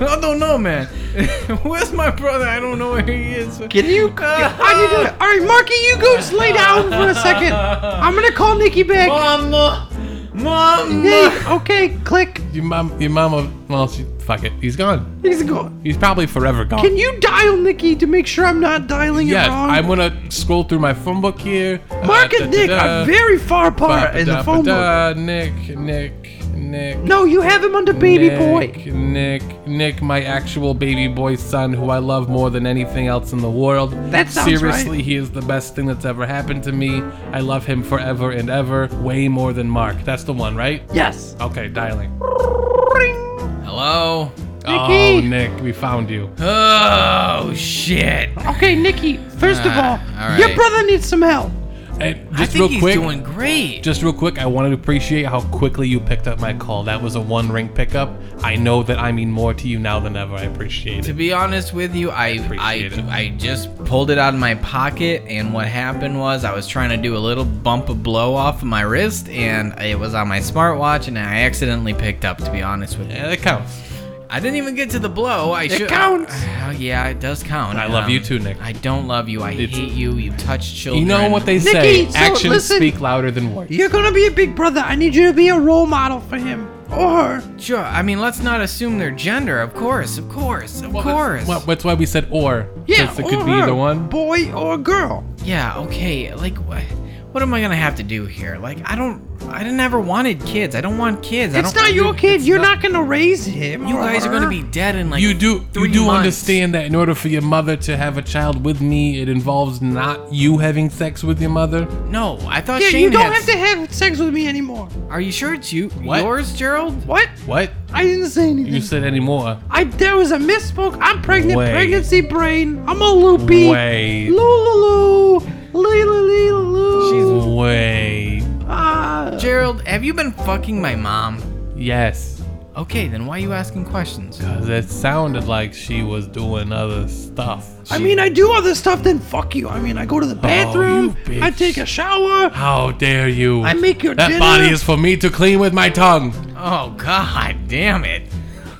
E: I don't know, man. Where's my brother? I don't know where he is.
C: Can you? uh, How do you do it? All right, Marky, you go just lay down for a second. I'm gonna call Nikki back.
E: Mama, mama.
C: Hey, okay, click.
D: Your mom, your mama. Well, she, fuck it. He's gone.
C: He's gone.
D: He's probably forever gone.
C: Can you dial Nikki to make sure I'm not dialing
D: yeah,
C: it wrong?
D: I'm gonna scroll through my phone book here.
C: Mark and Nick are very far apart in the phone book.
D: book. Nick, Nick, Nick.
C: No, you have him under baby
D: Nick,
C: boy.
D: Nick, Nick, my actual baby boy son, who I love more than anything else in the world.
C: That sounds
D: Seriously, he is the best thing that's ever happened to me. I love him forever and ever, way more than Mark. That's the one, right?
C: Yes.
D: Okay, dialing.
C: Ring.
E: Hello.
D: Oh, Nick, we found you.
E: Oh shit.
C: Okay, Nikki. First of all,
E: all
C: your
E: right.
C: brother needs some help.
D: And
E: I
D: just
E: think
D: real
E: he's
D: quick,
E: doing great.
D: just real quick, I want to appreciate how quickly you picked up my call. That was a one ring pickup. I know that I mean more to you now than ever. I appreciate
E: To
D: it.
E: be honest with you, I I,
D: Appreciate it.
E: I just pulled it out of my pocket, and what happened was I was trying to do a little bump of blow off of my wrist, and it was on my smartwatch, and I accidentally picked up. To be honest with you,
D: Yeah, that counts.
E: I didn't even get to the blow. I should.
C: counts.
E: Oh, yeah, it does count. Um,
D: I love you too, Nick.
E: I don't love you. I
D: It's-
E: hate you. You touch children.
D: You know what they say?
C: Nikki, so
D: Actions
C: listen-
D: speak louder than words.
C: You're gonna be a big brother. I need you to be a role model for him or her.
E: Sure. I mean, let's not assume their gender. Of course. Of course. Of course.
D: Well, that's why we said or.
C: Yeah,
D: Because it
C: or
D: could be
C: her.
D: either one.
C: Boy or girl.
E: yeah. Okay. Like. wh- what am I gonna have to do here? Like, I don't, I didn't ever wanted kids. I don't want kids. I
C: It's
E: don't-
C: not your
E: you-
C: kid.
E: it's
C: You're
E: not-
C: not gonna raise him.
E: You
C: or
E: guys are
C: her.
E: gonna be dead in like
D: You do
E: three
D: you do
E: months.
D: understand that in order for your mother to have a child with me, it involves not you having sex with your mother.
E: No, I thought
C: Yeah,
E: Shane
C: you don't
E: had
C: have to have sex with me anymore.
E: Are you sure it's you?
D: What?
E: Yours, Gerald?
C: What?
D: What?
C: I didn't say anything.
D: You said anymore.
C: I there was a misspoke. I'm pregnant.
D: Wait.
C: Pregnancy brain. I'm all loopy.
D: Wait.
C: Lulu. Lulu.
E: She's-
D: Wait.
C: Ah.
E: Gerald, have you been fucking my mom?
D: Yes.
E: Okay, then why are you asking questions?
D: 'Cause it sounded like she was doing other stuff.
C: I mean, I do all this stuff. Then fuck you. I mean, I go to the bathroom.
D: Oh, you
C: I
D: bitch.
C: take a shower.
D: How dare you?
C: I make your
D: that
C: dinner.
D: body is for me to clean with my tongue.
E: Oh god damn it.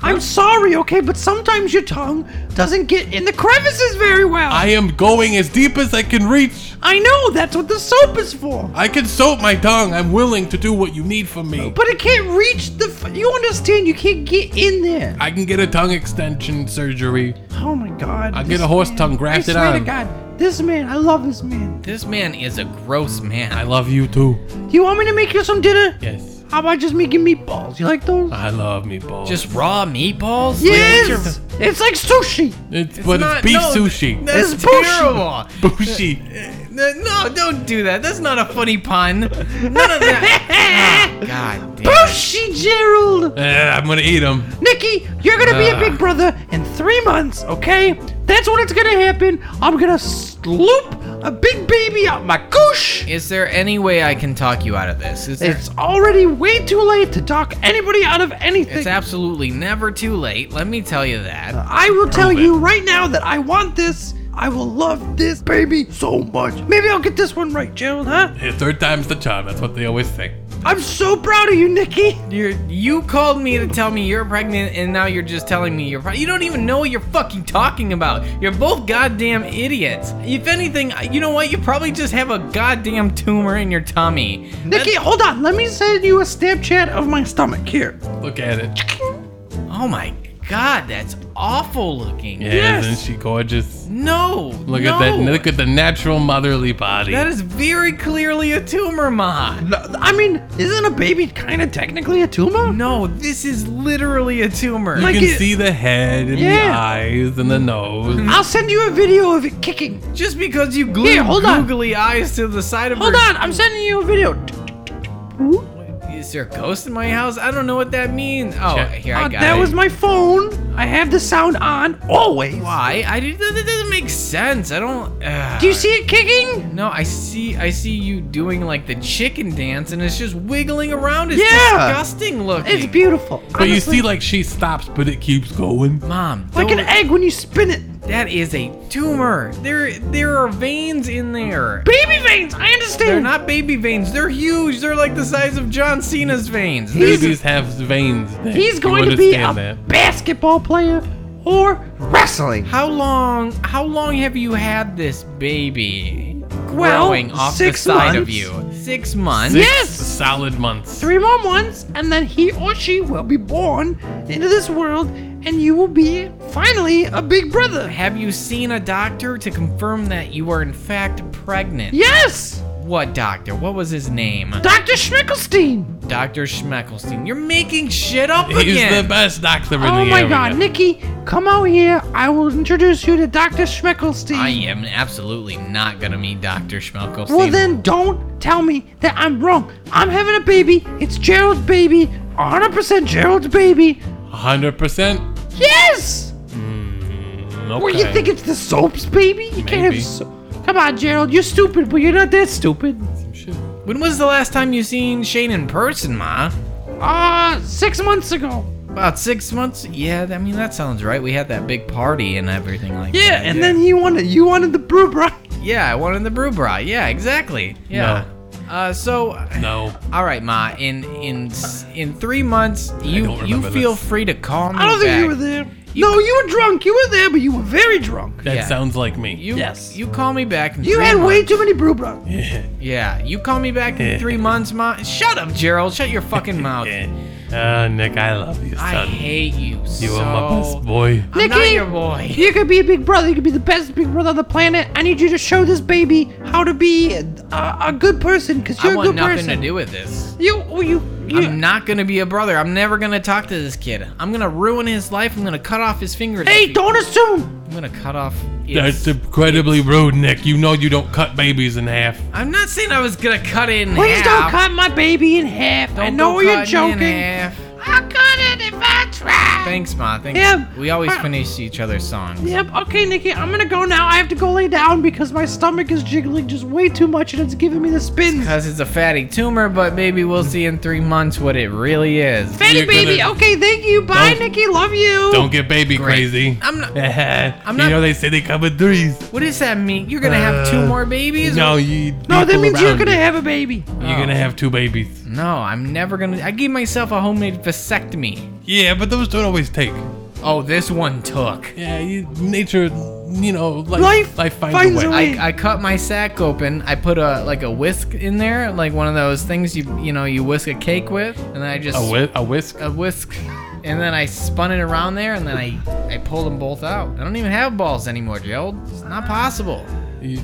C: I'm sorry, okay, but sometimes your tongue doesn't get in the crevices very well.
D: I am going as deep as I can reach.
C: I know that's what the soap is for.
D: I can soap my tongue. I'm willing to do what you need from me.
C: But it can't reach the. F- you understand? You can't get in there.
D: I can get a tongue extension surgery.
C: Oh my god.
D: I'll
C: this
D: get a horse
C: man.
D: tongue grafted
C: I swear to
D: on.
C: god, this man, I love this man.
E: This man is a gross man.
D: I love you too.
C: You want me to make you some dinner?
D: Yes.
C: How about just making meatballs? You like those?
D: I love meatballs.
E: Just raw meatballs?
C: yes! It's like sushi!
D: it's, but it's beef sushi.
E: That's
C: It's bullshit.
E: terrible.
D: Bushi.
E: No, no, don't do that. That's not a funny pun. None of that. Oh, God damn. it.
C: Sushi, Gerald!
D: Eh, I'm gonna eat them.
C: Nikki, you're gonna be a
D: Ah.
C: big brother in three months, okay? That's when it's gonna happen. I'm gonna s- loop a big baby out my goosh!
E: Is there any way I can talk you out of this? Is there,
C: It's already way too late to talk anybody out of anything.
E: it's absolutely never too late. Let me tell you that.
C: I will tell you right now that I want this. I will love this baby so much. Maybe I'll get this one right, Gerald, huh?
D: Eh, Third time's the charm. That's what they always say.
C: I'm so proud of you, Nikki.
E: You're, you called me to tell me you're pregnant, and now you're just telling me you're pregnant. You don't even know what you're fucking talking about. You're both goddamn idiots. If anything, you know what? You probably just have a goddamn tumor in your tummy.
C: Nikki, hold on. Let me send you a Snapchat of my stomach here.
D: Look at it.
E: Oh my god, that's awful looking.
D: Yeah,
C: Yes.
D: isn't she gorgeous?
E: No.
D: Look
E: no.
D: at that. Look at the natural motherly body.
E: That is very clearly a tumor, Ma.
C: No, I mean, isn't a baby kind of technically a tumor?
E: No, this is literally a tumor.
D: you
C: like
D: can
C: it-
D: see the head and the
C: Yeah.
D: eyes and the nose.
C: I'll send you a video of it kicking.
E: just because you glued
C: Here, hold on.
E: googly eyes to the side of
C: Hold
E: her
C: on, I'm sending you a video.
E: Is there a ghost in my house? I don't know what that means. Oh,
D: Check.
E: here I
C: Uh,
E: got
C: that
E: it.
C: was my phone. I have the sound on always.
E: why. I did, that, that doesn't make sense. I don't. Uh,
C: Do you see it kicking?
E: No, I see. I see you doing like the chicken dance, and it's just wiggling around. It's
C: Yeah.
E: disgusting looking.
C: It's beautiful.
D: But you
C: honestly.
D: see, like she stops, but it keeps going.
E: Mom,
C: like an
E: don't-
C: egg when you spin it.
E: that is a tumor. There, there are veins in there.
C: Baby veins, I understand.
E: They're not baby veins. They're huge. They're like the size of John Cena's veins.
C: He's-
D: Babies have veins. Nick.
C: He's
D: You
C: going to be a
D: understand that.
C: basketball player or wrestling.
E: How long? How long have you had this baby
C: Well,
E: growing off
C: six
E: the side of
C: months.
E: you? Six months.
D: Six
C: Yes!
D: solid months.
C: Three more months, and then he or she will be born into this world, and you will be finally a big brother.
E: Have you seen a doctor to confirm that you are in fact pregnant?
C: Yes,
E: What doctor? What was his name?
C: Dr. Schmickelstein.
E: Dr. Schmeckelstein. You're making shit up
D: He's
E: again.
D: the best doctor in
C: Oh
D: the
C: my
D: area.
C: God, Nikki, come out here. I will introduce you to Dr. Schmickelstein.
E: I am absolutely not gonna meet Dr. Schmeckelstein.
C: Well, then don't tell me that I'm wrong. I'm having a baby. It's Gerald's baby. 100% Gerald's baby.
D: 100%?
C: Yes!
D: Okay.
C: Well, you think it's the soaps, baby? You can't
D: Maybe.
C: have soap. Come on, Gerald. You're stupid, but you're not that stupid.
E: when was the last time you seen Shane in person, Ma?
C: Uh, six months ago.
E: About six months? Yeah, I mean that sounds right. We had that big party and everything like
C: Yeah,
E: that.
C: and then he wanted, you wanted the brew, bro.
E: Yeah, I wanted the brew bra. Yeah, exactly. Yeah. Uh, so
D: No.
E: All right, Ma. In in s- in three months, you
D: don't
E: you
D: remember
E: feel
D: this.
E: free to call me
C: I don't think
E: back.
C: you were there. no, you were drunk. You were there, but you were very drunk.
D: That
E: Yeah.
D: sounds like me.
E: You,
C: Yes.
E: You call me back. In
C: You
E: three
C: had
E: months.
C: way too many brew, bro.
E: Yeah. You call me back in three months, Ma. Shut up, Gerald. Shut your fucking mouth.
D: Oh, Nick, I love you,
E: I
D: son.
E: hate you.
D: you
E: so...
D: are my best boy.
E: I'm not your boy.
I: You could be a big brother. You could be the best big brother on the planet. I need you to show this baby how to be a, a good person, because
E: I
I: you're a
E: want
I: good
E: nothing
I: person.
E: to do with this.
I: You, well, you, you.
E: I'm not gonna be a brother. I'm never gonna talk to this kid. I'm gonna ruin his life. I'm gonna cut off his fingers.
I: hey, don't assume.
E: I'm gonna cut off.
D: That's
E: His...
D: incredibly rude, Nick. You know you don't cut babies in half.
E: I'm not saying I was gonna cut it in
I: Please
E: half.
I: don't cut my baby in half. I
E: Don't
I: know
E: go
I: you're
E: cutting it In
I: joking.
E: half.
I: I'll cut it if I try.
E: Thanks, ma. Thanks.
I: Yeah.
E: We always
I: Uh,
E: finish each other's songs.
I: Yep. Okay, Nikki, I'm gonna go now. I have to go lay down because my stomach is jiggling just way too much and it's giving me the spins.
E: Cause it's a fatty tumor, but maybe we'll see in three months what it really is.
I: Fatty
D: You're gonna-
I: baby. Okay, thank you. Bye,
D: Don't-
I: Nikki. Love you.
D: Don't get baby crazy.
E: I'm not.
D: I'm
E: not-
D: You know they say they come in threes.
E: What does that mean? You're gonna have two
D: Uh,
E: more babies?
D: No, you.
I: no, that
D: people
I: means you're
D: around
I: gonna
D: you.
I: have a baby.
D: You're
E: Oh.
D: gonna have two babies.
E: No, I'm never gonna. I gave myself a homemade vasectomy.
D: Yeah, but those don't always take.
E: Oh, this one took.
D: Yeah, you, nature, you know, life,
I: Life
D: finds,
I: finds
D: a way.
I: a way.
E: I, I cut my sack open. I put a like a whisk in there, like one of those things you you know you whisk a cake with, and then I just
D: A, whi- a whisk.
E: a whisk, and then I spun it around there, and then I I pulled them both out. I don't even have balls anymore, Gerald. It's not possible.
D: You,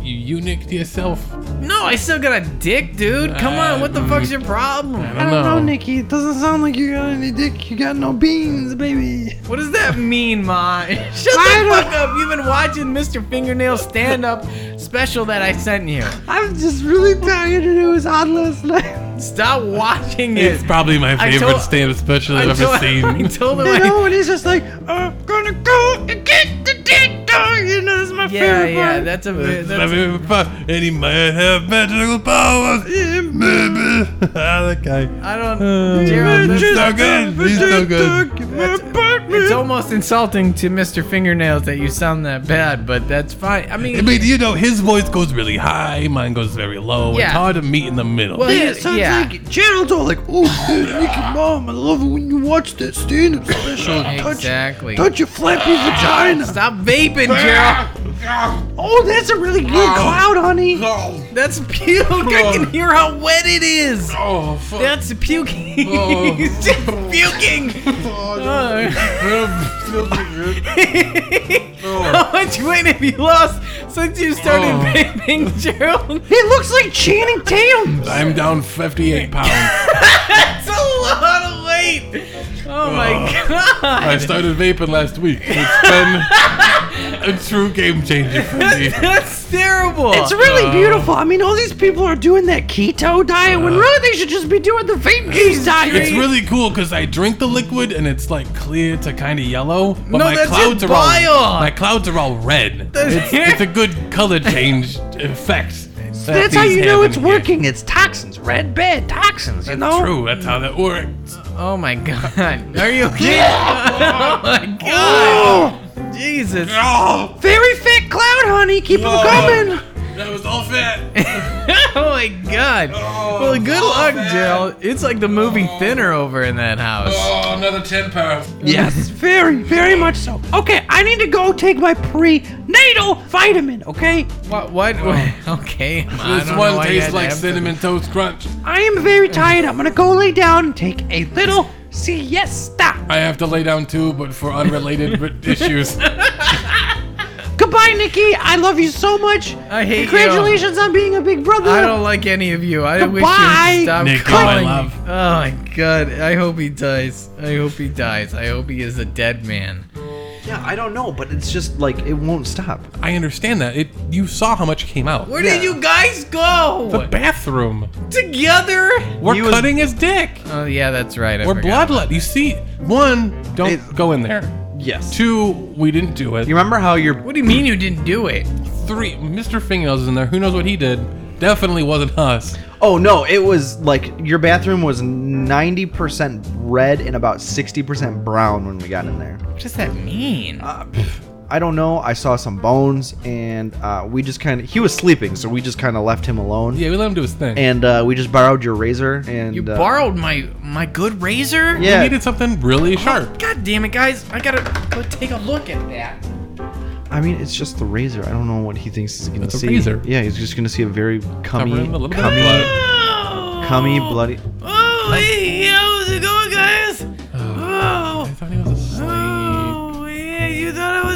D: you eunuch to yourself.
E: No, I still got a dick, dude. Come on, what the
I: Uh,
E: fuck's your problem?
I: I don't know, Oh, Nikki. It doesn't sound like you got any dick. You got no beans, baby.
E: What does that mean, Ma? Shut
I: I
E: the
I: don't-
E: fuck up. You've been watching Mr. Fingernail stand up special that I sent you.
I: I'm just really tired and it was on last night.
E: Stop watching it.
D: It's probably my
E: I
D: favorite
E: told-
D: stand-up special
E: I
D: I've ever
E: told- I
D: seen.
E: told him
I: You
E: I-
I: know, and he's just like, I'm gonna go and get the dick dog. You know, that's my
E: Yeah,
I: favorite
E: yeah,
I: part.
E: that's a bit.
D: My
E: That's,
D: favorite part, and he might have magical powers. Yeah, baby. Ah, that guy.
E: I don't.
I: Uh,
E: Gerald,
D: He's
E: that's,
D: so good. He's so good.
E: it's almost insulting to Mr. Fingernails that you sound that bad, but that's fine. I
D: I
E: mean,
D: mean, you know, his voice goes really high, mine goes very low. It's
E: Yeah.
D: hard to meet in the middle.
E: well,
I: Yeah,
E: yeah,
I: it sounds
E: yeah.
I: like Gerald's all like, oh, dude, Nicky, mom, I love it when you watch that stand-up special.
E: Exactly.
I: Touch, touch your flappy vagina.
E: Stop vaping, Gerald.
I: Oh, that's a really good cloud, honey.
D: Oh.
E: That's puke. I can hear how wet it is.
D: Oh, fuck. Oh.
E: That's puking. He's just puking. Oh. How much weight have you lost since you started
D: Oh.
E: vaping, Gerald?
I: He looks like Channing Tatum.
D: I'm down 58 pounds.
E: That's a lot of weight. Oh my god.
D: I started vaping last week. It's been a true game changer for me.
E: That's terrible.
I: It's really beautiful. I mean, all these people are doing that keto diet when really they should just be doing the vape juice diet.
D: Uh. It's really cool because I drink the liquid and it's like clear to kind of yellow, but
E: No,
D: my
E: that's your
D: clouds are
E: bile.
D: all my clouds are all red.
E: That's-
D: It's, it's a good color change effect.
I: That's how you know it's working. It's toxins, red bed toxins. You know.
D: True, that's how that works.
E: oh my god. Are you okay? oh my god. Jesus.
D: Oh,
I: Very fit cloud, honey. Keep them coming.
D: that was all fat.
E: oh my god. well,
I: Oh,
E: good luck, Gerald. It's like the movie Thinner over in that house.
D: Oh, another ten pounds.
I: Yes, very, very much so. Okay, I need to go take my prenatal vitamin. Okay,
E: What? What? what- Okay. I
D: This
E: don't know
D: one
E: why you had
D: tastes
E: to
D: like
E: have-
D: cinnamon toast crunch.
I: I am very tired. I'm gonna go lay down and take a little siesta.
D: I have to lay down too, but for unrelated issues.
I: Goodbye, Nikki. I love you so much.
E: I hate you.
I: Congratulations on being a big brother.
E: I don't like any of you. I wish
I: Goodbye.
E: you stop
D: Nick, you're my
E: calling.
D: love.
E: Oh my god. I hope he dies. I hope he dies. I hope he is a dead man.
C: Yeah, I don't know, but it's just like it won't stop.
D: I understand that. It you saw how much came out.
E: Where did you guys go?
D: The bathroom.
E: Together?
D: We're
C: He was-
D: cutting his dick.
E: Oh yeah, that's right. I
D: We're
E: forgot.
D: bloodlet. You see, one, don't go in there.
C: Yes.
D: Two, we didn't do it.
C: You remember how your
E: What do you mean you didn't do it?
D: Three, Mr. Fingernails is in there. Who knows what he did? Definitely wasn't us.
C: Oh no, it was like your bathroom was 90% red and about 60% brown when we got in there.
E: What does that mean?
C: I don't know. I saw some bones and uh, we just kind of he was sleeping, so we just kind of left him alone.
D: Yeah, we let him do his thing.
C: And uh, we just borrowed your razor and
E: you
C: uh,
E: borrowed my my good razor?
D: we
C: Yeah.
D: needed something really sharp.
E: God damn it, guys! I gotta go take a look at that.
C: I mean, it's just the razor. I don't know what he thinks he's gonna
D: It's a
C: see.
D: razor.
C: Yeah, he's just gonna see a very
D: Cover
C: cummy,
D: him a little bit of
C: cummy,
D: blood.
E: Oh,
C: cummy, bloody.
E: Oh, hey, how's it going,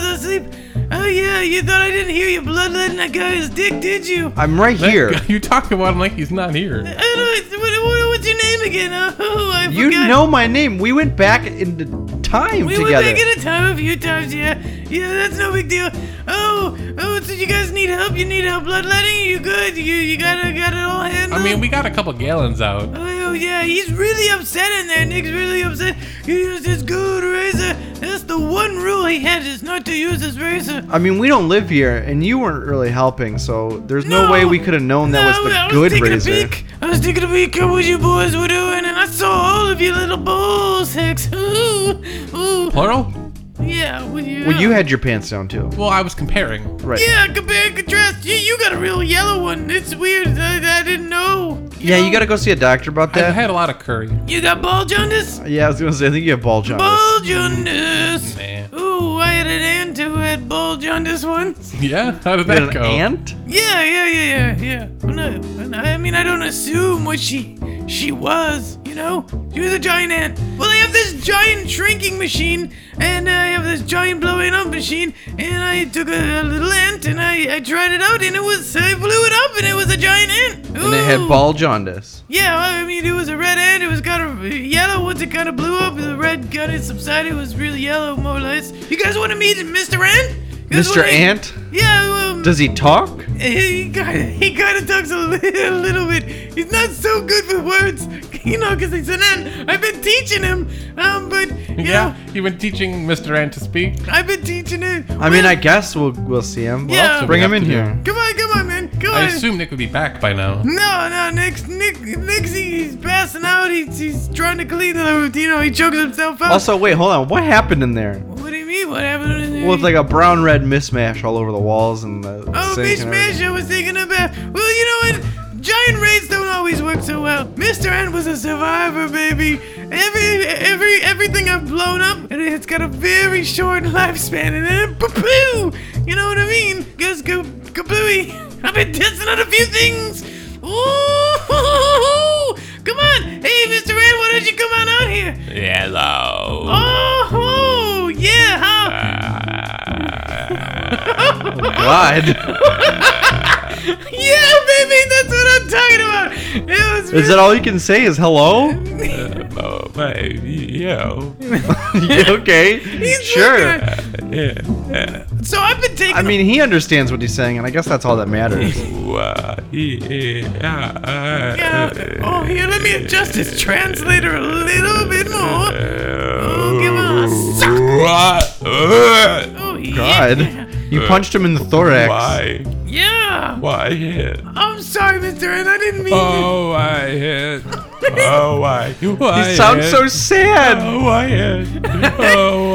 I: yeah, you thought I didn't hear you bloodletting that guy his dick, did you?
C: I'm right here.
D: You talk about him like he's not here.
I: I don't know, what, what, what's your name again? Oh, I
C: You
I: forgot.
C: know my name. We went back into time
I: We
C: together.
I: went back in a time a few times, yeah. Yeah, that's no big deal. Oh, oh, so you guys need help? You need help bloodletting? You good? You you got it, got it all handled?
D: I mean, we got a couple gallons out.
I: Oh yeah, he's really upset in there. Nick's really upset. He used his good razor. That's the one rule he has is not to use his razor.
C: I mean, we don't live here, and you weren't really helping, so there's no,
I: No.
C: way we could have known that
I: No,
C: was the
I: I was
C: good
I: taking
C: razor.
I: A peek. I was taking a peek at what you boys were doing, and I saw all of you little bull sex. Ooh, ooh.
D: Plural?
I: Yeah, well, yeah.
C: Well, you had your pants down too,
D: Well, I was comparing.
C: right?
I: Yeah, compare and contrast. You, you got a real yellow one. It's weird. I, I didn't know.
C: Yeah, you
I: know?
C: gotta go see a doctor about
D: I
C: that.
D: had a lot of curry.
I: You got ball jaundice?
C: yeah, I was gonna say, I think you have ball jaundice.
I: Ball jaundice.
D: Man.
I: Ooh, I had an aunt who had ball jaundice once.
D: Yeah? How did
C: You had
D: that
C: an
D: go?
C: ant?
I: Yeah, yeah, yeah, yeah, yeah. I'm not- I'm not- I mean, I don't assume what she she was, you know? She was a giant ant. Well, I have this giant shrinking machine, and I have this giant blowing up machine, and I took a, a little ant and I, I tried it out, and it was, I blew it up, and it was a giant ant.
C: And it had
I: Ooh.
C: ball jaundice.
I: Yeah, well, I mean, it was a red ant. It was kind of yellow once it kind of blew up. The red kind of subsided. It was really yellow, more or less. You guys want to meet Mr. Ant? You guys
C: Mr.
I: wanna-
C: Ant?
I: Yeah, well,
C: Does he talk?
I: he kind of he kind of talks a little, little bit. He's not so good with words, you know, because he's an ant. I've been teaching him, um, but you
D: Yeah,
I: know,
D: you've been teaching Mr. Ant to speak.
I: I've been teaching him.
C: I mean, I guess we'll we'll see him. What
I: Yeah.
C: else would Bring
D: we
C: him
D: have
C: in
D: to do?
C: here.
I: come on, come on, man, come
D: I
I: on.
D: assume Nick would be back by now.
I: No, no, Nick's Nick, Nick's he's passing out. He's, he's trying to clean the, you know, he chokes himself out.
C: Also, wait, hold on. What happened in there?
I: What do you mean? What happened in there?
C: Well, it's like a brown red mismatch all over the walls and the
I: oh,
C: sink
I: Miss
C: and everything.
I: Mash, I was thinking about. Well, you know what? Giant raids don't always work so well. Mr. N was a survivor, baby. Every every everything I've blown up, and it's got a very short lifespan, and then poo You know what I mean? Goes go kablooey. I've been testing out a few things. Ooh, come on, hey, Mr. N, why don't you come on out here?
D: Hello.
I: Oh, yeah, huh?
C: God.
I: Yeah, baby, that's what I'm talking about. It was
C: Is that all you can say is hello?
D: Yo.
C: okay.
I: He's
C: sure.
I: looking at- So I've been taking.
C: I mean, he understands what he's saying, and I guess that's all that matters.
I: yeah. Oh, here, let me adjust his translator a little bit more. Oh, give him a suck. Oh, yeah.
C: God. You punched him in the thorax.
H: Why?
I: Yeah.
H: Why hit?
I: I'm sorry, Mister, and I didn't mean.
H: Oh, I hit. Oh, I.
C: He sounds so sad.
H: Oh, I hit. Oh,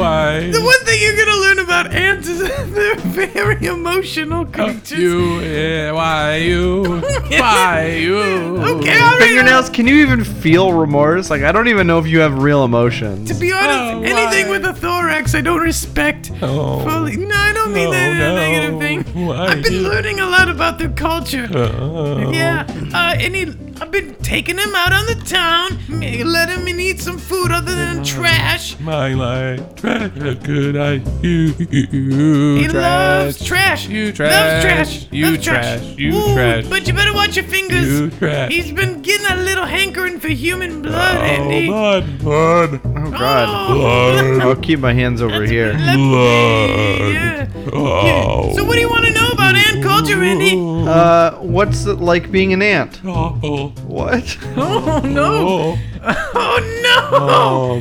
H: I.
I: The one thing you're gonna learn about ants is that they're very emotional creatures.
D: You, eh, why you, why you?
I: Okay, all right.
C: Fingernails, can you even feel remorse? Like, I don't even know if you have real emotions.
I: To be honest,
D: Oh,
I: anything
D: why?
I: with a thorax I don't respect.
H: Oh.
I: Fully. No, I don't
D: oh,
I: mean that in a
H: no.
I: negative thing.
H: Why
I: I've been
H: you-
I: learning a lot about their culture.
H: Oh.
I: Yeah, uh, and he, I've been taking him out on the town, ma- let him in eat some food other than trash.
H: My life, could I you, you
I: He loves trash.
D: You
I: Loves
D: trash.
I: trash.
D: You
I: loves
D: trash. You
I: Ooh,
D: trash.
I: But you better watch your fingers.
H: You trash.
I: He's been getting a little hankering for human
D: Oh,
I: blood, Andy.
H: blood, blood,
C: oh, God.
I: Oh,
C: I'll keep my hands over here.
I: let me-
H: blood.
I: yeah.
H: Oh,
I: So what do you want to know about ant culture, Andy?
C: Uh, what's it like being an ant?
H: awful.
C: What?
I: Oh no!
H: Oh,
I: Oh no!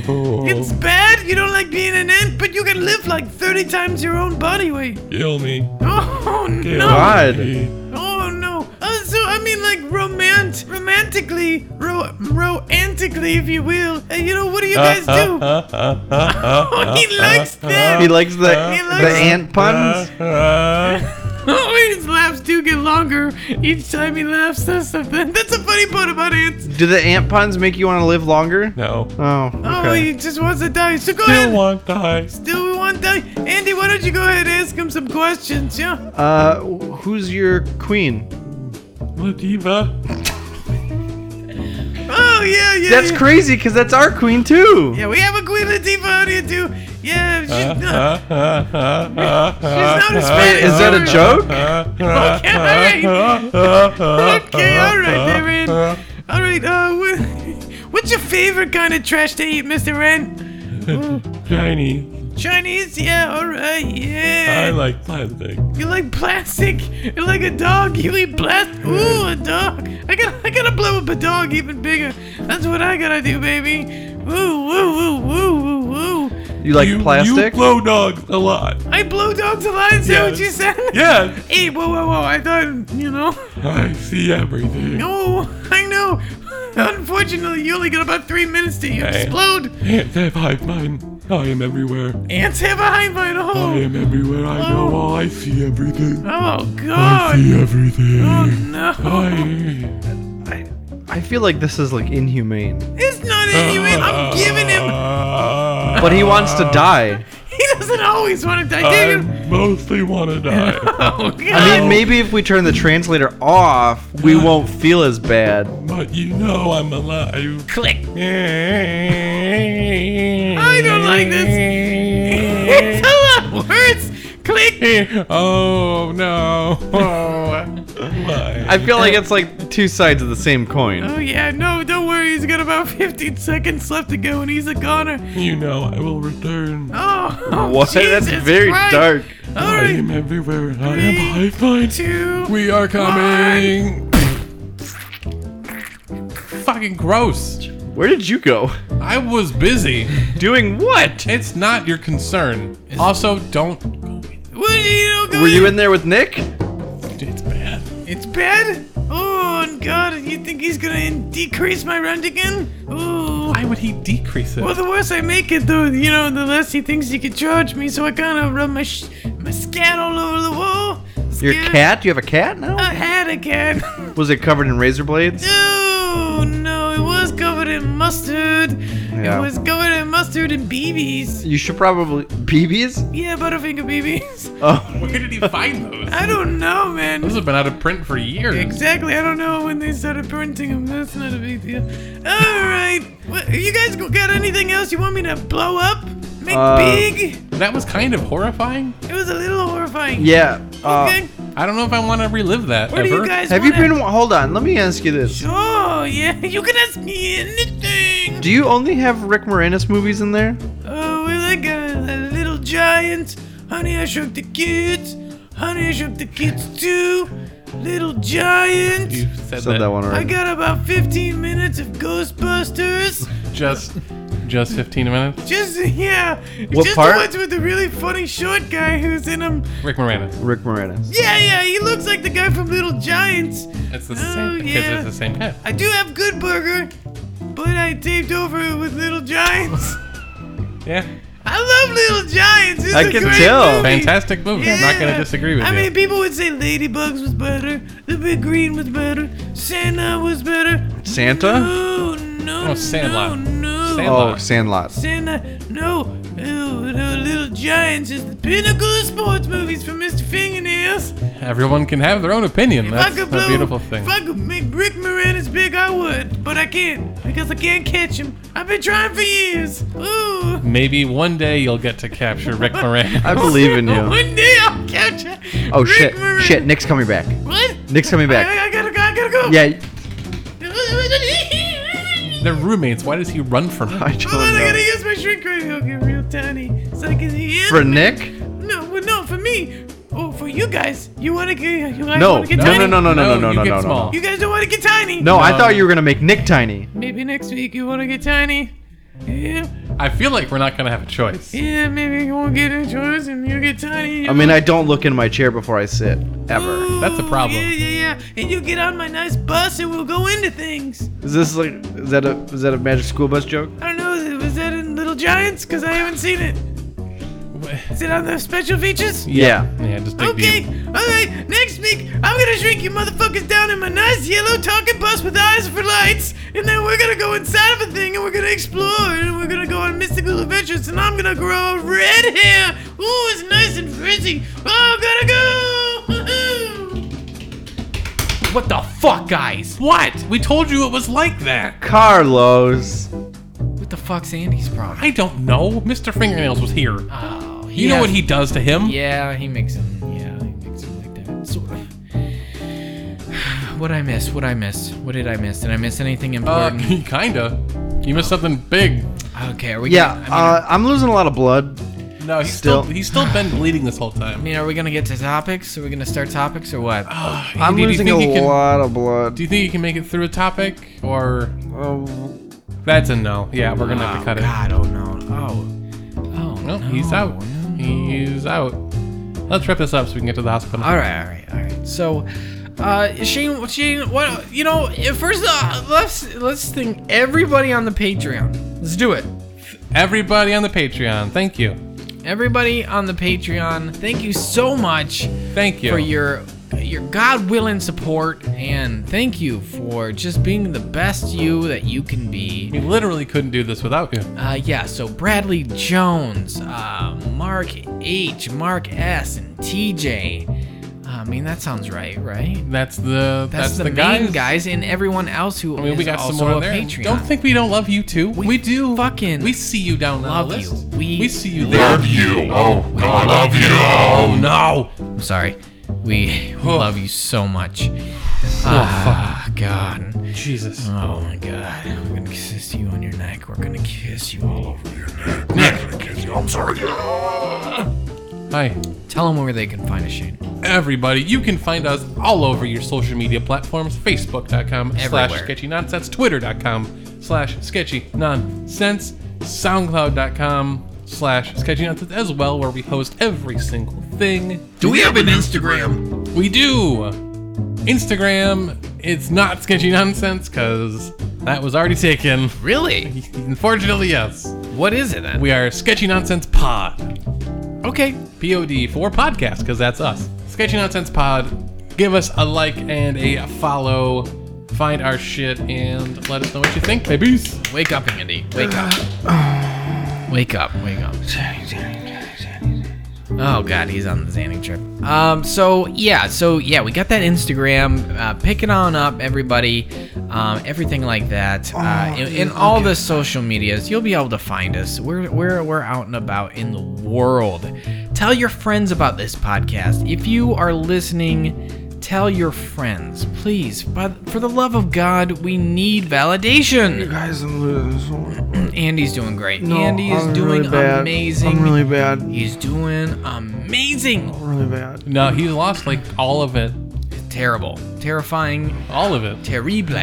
H: awful.
I: It's bad. You don't like being an ant, but you can live like 30 times your own body weight.
H: Kill me.
I: Oh
H: Kill
I: no!
C: God.
H: me.
I: Oh no! Uh, so I mean, like romant, romantically, ro- romantically, if you will. Uh, you know, what do you guys
H: uh,
I: do? oh, he likes that.
C: He likes the,
I: He likes-
C: the ant puns?
I: oh, his laughs do get longer each time he laughs. That's the thing. That's the funny part about ants.
C: Do the ant puns make you want to live longer?
H: No.
C: Oh,
I: Oh,
C: okay.
I: he just wants to die. So go
H: Still
I: ahead.
H: want die.
I: Do we want that? Andy, why don't you go ahead and ask him some questions? Yeah.
C: Uh, wh- who's your queen?
H: Lativa.
I: Oh yeah, yeah.
C: That's
I: yeah.
E: Oh,
C: crazy, because that's our queen, too.
I: Yeah, we have a Queen Latifah out here too.
F: Yeah, she's,
C: Uh-huh.
D: Uh, uh, uh,
F: she's not Hispanic.
C: Is that a joke?
F: Okay, all right. Okay, all
C: Uh-huh.
F: right, there, Ren. All right, uh, what, what's your favorite kind of trash to eat, Mr. Ren?
D: Shiny.
F: Chinese? Yeah, all right,
D: I
F: yeah.
D: like plastic.
F: You like plastic? You're like a dog. You eat plastic. Ooh, a dog. I gotta, I gotta blow up a dog even bigger. That's what I gotta do, baby. Woo, woo, woo, woo, woo, woo.
C: You like
D: you, You
C: plastic?
D: blow dogs a lot.
F: I blow dogs alive. Is that what
D: Yes.
F: you said?
D: Yes.
F: Hey, whoa, whoa, whoa. I thought, you know.
D: I see everything.
F: No, I know. Unfortunately, you only got about three minutes to
D: Okay.
F: explode.
D: Ants have hive mind. I am everywhere.
F: Ants have a hive mind.
D: I
F: Oh,
D: am everywhere. I know all. I see everything.
F: oh
D: I
F: God.
D: see everything.
F: Oh no.
D: I,
C: I, I feel like this is like inhumane.
F: It's not
D: Oh.
F: anyway. I'm giving him.
C: But he wants to die.
F: He doesn't always want to die.
D: I
F: Give him.
D: mostly want to die.
F: Oh God.
C: I mean, maybe if we turn the translator off, we won't feel as bad.
D: but you know I'm alive.
F: Click.
D: I
F: don't like
D: this.
F: It's a lot worse. Click.
D: oh no. Why?
C: I feel like it's like two sides of the same coin.
F: Oh yeah. No, don't worry. He's got about 15 seconds left to go, and he's a goner.
D: you know I will return.
F: Oh. oh
C: What? That's
F: Jesus
C: very
F: Christ.
C: dark.
F: All
D: I
F: right.
D: am everywhere. I
F: Three,
D: am Pipeline.
F: Two.
D: We are coming. Fucking gross.
C: Where did you go?
D: I was busy.
C: Doing what?
D: It's not your concern. Also, don't.
F: What are you doing?
C: Were you in there with Nick?
D: It's bad.
F: It's bad? Oh, and God, you think he's gonna in- decrease my rent again? Ooh.
D: Why would he decrease it?
F: Well, the worse I make it, though, you know, the less he thinks he can charge me, so I kinda rub my sh- my scat all over the wall.
C: Your
F: Scat-
C: cat? You have a cat now?
F: I had a cat.
C: Was it covered in razor blades?
F: no, no, it was covered in mustard.
C: Yeah.
F: It was covered in mustard and BBs.
C: You should probably BBs.
F: Yeah, Butterfinger BBs.
C: Oh,
D: Where did he find those?
F: I don't know, man.
D: Those have been out of print for years.
F: Exactly. I don't know when they started printing them. That's not a big deal. All right. What, you guys go- got anything else you want me to blow up? Make
C: Uh,
F: big?
D: That was kind of horrifying.
F: It was a little horrifying.
C: yeah. Uh,
F: Okay.
D: I don't know if I want to relive that
F: What do
D: ever.
F: you guys?
C: have you
F: wanna-
C: been? Hold on. Let me ask you this.
F: Oh yeah. You can ask me anything.
C: Do you only have Rick Moranis movies in there?
F: oh, we like a, a little giant. Honey, I shrunk the kids. Honey, I shrunk the kids too. Little giant.
D: You said,
C: Said that one
F: I
C: already.
F: got about 15 minutes of Ghostbusters.
D: Just, just 15 minutes.
F: Just yeah,
C: What
F: just
C: part?
F: the ones with the really funny short guy who's in them.
D: Rick Moranis.
C: Rick Moranis.
F: Yeah, yeah, he looks like the guy from Little Giants.
D: It's the
F: Oh,
D: same. because
F: yeah.
D: It's the same guy.
F: I do have Good Burger, but I taped over it with Little Giants.
D: Yeah.
F: I love Little Giants. It's
C: I
F: a
C: can
F: great
C: tell.
F: movie.
D: Fantastic movie. I'm not gonna
F: Yeah.
D: disagree with
F: I
D: you.
F: mean, people would say Ladybugs was better, The Big Green was better, Santa was better.
C: Santa?
F: No, no,
D: Oh, Sandlot.
F: no, no.
D: Sandlot.
C: Oh, Sandlot.
F: Santa, no, no, no, Little Giants is the pinnacle of sports movies for Mr. Fingernails.
D: Everyone can have their own opinion. That's a beautiful thing.
F: If I could make Rick Moranis big, I would, but I can't because I can't catch him. I've been trying for years. Ooh.
D: Maybe one day you'll get to capture Rick Moranis.
C: I believe in you.
F: One day I'll catch him.
C: Oh
F: Rick
C: shit!
F: Moranis.
C: Shit! Nick's coming back.
F: What?
C: Nick's coming back.
F: I, I gotta go. I gotta go.
C: Yeah.
D: They're roommates. Why does he run from them?
C: I don't
F: Hold on, I gotta
C: know.
F: use my shrink ray hook get real tiny so I can hear.
C: For
F: me.
C: Nick?
F: No, well, no, for me. Oh, for you guys. You wanna get? You guys
C: No.
F: Wanna get
C: No.
F: tiny?
C: No. No. No. No. No.
D: No,
C: No.
D: you
C: No.
D: get
C: No. No.
D: small.
F: You guys don't wanna get tiny.
C: No. I thought you were gonna make Nick tiny.
F: Maybe next week you wanna get tiny. Yeah.
D: I feel like we're not gonna have a choice.
F: Yeah, maybe you won't get a choice and you get tiny.
C: I mean, I don't look in my chair before I sit ever.
D: That's a problem.
F: Yeah, yeah, yeah. And you get on my nice bus and we'll go into things.
C: Is this like? Is that a? Is that a Magic School Bus joke?
F: I don't know, was that in Little Giants? Because I haven't seen it. Is it on the special features?
C: Yeah.
D: Yeah, just dig
F: Okay,
D: deep.
F: alright, next week I'm gonna shrink you motherfuckers down in my nice yellow talking bus with eyes for lights, and then we're gonna go inside of a thing and we're gonna explore and we're gonna go on mystical adventures, and I'm gonna grow red hair! Ooh, it's nice and frizzy! Oh, gotta go!
D: What the fuck, guys? What? We told you it was like that.
C: Carlos.
E: What the fuck's Andy's problem?
D: I don't know. Mr. Fingernails was here.
E: Oh,
D: You know what he does to him?
E: Yeah, he makes him. Yeah, he makes him like that. So, what I miss? What I miss? What did I miss? Did I miss anything
D: Uh,
E: important?
D: kinda. You missed something big.
E: okay, are we?
C: Yeah,
E: Gonna, I mean,
C: uh, I'm losing a lot of blood.
D: No, he's
C: Still-
D: still, he's still been bleeding this whole time.
E: I mean, are we gonna get to topics? Are we gonna start topics or what?
C: I'm
D: Do you
C: losing a
D: think he can-
C: lot of blood.
D: Do you think you can make it through a topic, or
C: Um,
D: that's a no? Yeah, we're gonna have to cut
E: God, oh no. Oh. Oh,
D: it. No, he's out. He's out. Let's wrap this up so we can get to the hospital.
E: All right, all right, all right. So, uh, Shane, Shane, what? You know, eh, first uh, let's let's thank everybody on the Patreon. Let's do it.
D: Everybody on the Patreon, thank you,
E: Everybody on the Patreon, thank you so much
D: thank you.
E: for your your God willing support, and thank you for just being the best you that you can be.
D: we literally couldn't do this without you.
E: Uh, yeah, so Bradley Jones, uh, Mark H, Mark S, and TJ. Uh, I mean, that sounds right, right?
D: That's the
E: That's, the,
D: guys.
E: main guys and everyone else who
D: I mean, we got some
E: also
D: more on
E: a
D: there.
E: Patreon.
D: Don't think we don't love you too. We, do.
E: fucking
D: We see you down on
E: love
D: the list.
E: you. We
D: see you there.
B: you. Oh, I love you.
D: Oh no.
E: I'm sorry. We
D: Oh.
E: love you so much. Ah, God.
D: Jesus.
E: Oh my God. We're gonna kiss you on your neck. We're gonna kiss you all over your neck.
B: I'm sorry.
D: Hi.
E: Tell them where they can find us, Shane.
D: everybody. You can find us all over your social media platforms Facebook.com slash
E: Everywhere.
D: sketchy nonsense, Twitter.com slash sketchy nonsense, SoundCloud.com slash sketchy nonsense as well, where we host every single thing.
E: Do we have an Instagram?
D: We do! Instagram, it's not sketchy nonsense because that was already taken.
E: Really?
D: Unfortunately, yes.
E: What is it then?
D: We are Sketchy Nonsense Pod.
E: okay.
D: POD for podcast because that's us. Sketchy Nonsense Pod. Give us a like and a follow. Find our shit and let us know what you think, babies.
E: Wake up, Andy. Wake up. Wake up. Wake up. Oh God, he's on the Xanning trip. Um, so yeah, so yeah, we got that Instagram. Uh, pick it on up, everybody. Um, everything like that. Uh, in, in all the social medias, you'll be able to find us. We're we're we're out and about in the world. Tell your friends about this podcast. If you are listening, tell your friends, please. But for the love of God, we need validation.
C: guys, I'm losing.
E: Andy's doing great.
C: No,
E: Andy is
C: I'm
E: doing
C: really bad.
E: amazing.
C: I'm really bad.
E: He's doing amazing.
C: Really bad.
D: No, he lost like all of it.
E: Terrible. Terrifying.
D: All of it.
E: Terrible.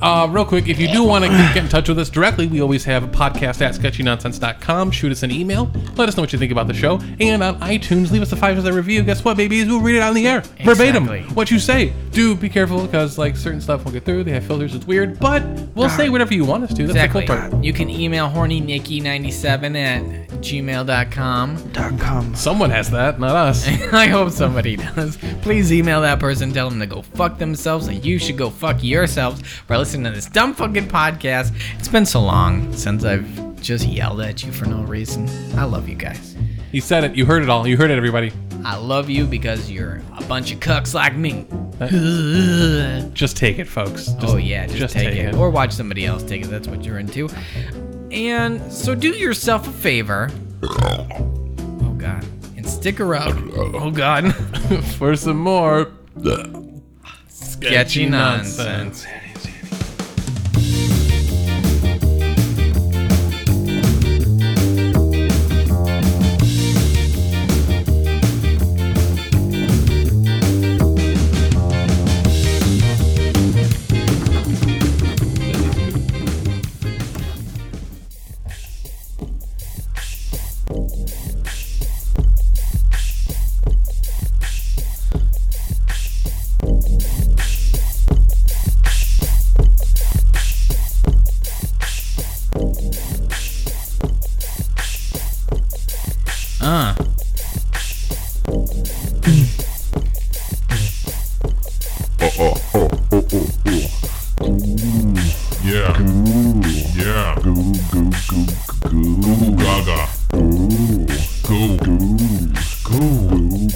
D: Uh, real quick, if you do want to get in touch with us directly, we always have a podcast at sketchynonsense.com. Shoot us an email. Let us know what you think about the show. And on iTunes, leave us a five star review. Guess what, babies? We'll read it on the air. Verbatim.
E: Exactly.
D: What you say. Do be careful because like certain stuff won't get through. They have filters. It's weird. But we'll say whatever you want us to. That's
E: Exactly.
D: the cool part.
E: You can email hornynicky97 at gmail.com.
C: Dot com.
D: Someone has that, not us.
E: I hope somebody does. Please email that person. Tell them to go fuck themselves. And you should go fuck yourselves for listening to this dumb fucking podcast. It's been so long since I've just yelled at you for no reason. I love you guys.
D: he said it. You heard it all. You heard it, everybody.
E: I love you because you're a bunch of cucks like me.
D: Just take it, folks. Just,
E: oh yeah, just, take, it. or watch somebody else take it. That's what you're into. And so do yourself a favor. Oh god, and stick around. Oh god,
D: For some more
E: sketchy nonsense. Uh.
B: Yeah. Yeah.
A: Goo goo goo goo goo.
B: Gaga. Goo.
A: Goo goo goo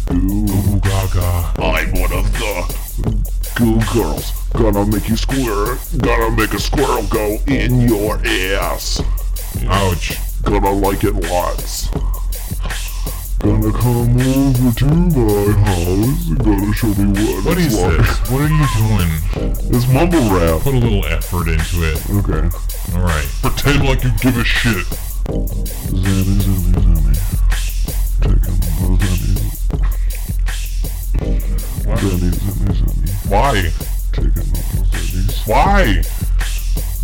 A: goo goo.
B: Gaga.
A: I'm one of the goo girls. Go Gonna make you squirrel. Gonna make a squirrel go in your ass.
B: Ouch.
A: Gonna like it lots. Gonna come over to my house. Gonna show me what,
B: What
A: it's
B: is
A: like.
B: this? What are you doing?
A: It's mumble rap.
B: Put a little effort into it.
A: Okay.
B: All right.
A: Pretend like you give a shit. Zanny, zanny, zanny. Taking my zanny. Zanny, zanny, zanny.
B: Why?
A: Taking my zannies.
B: Why?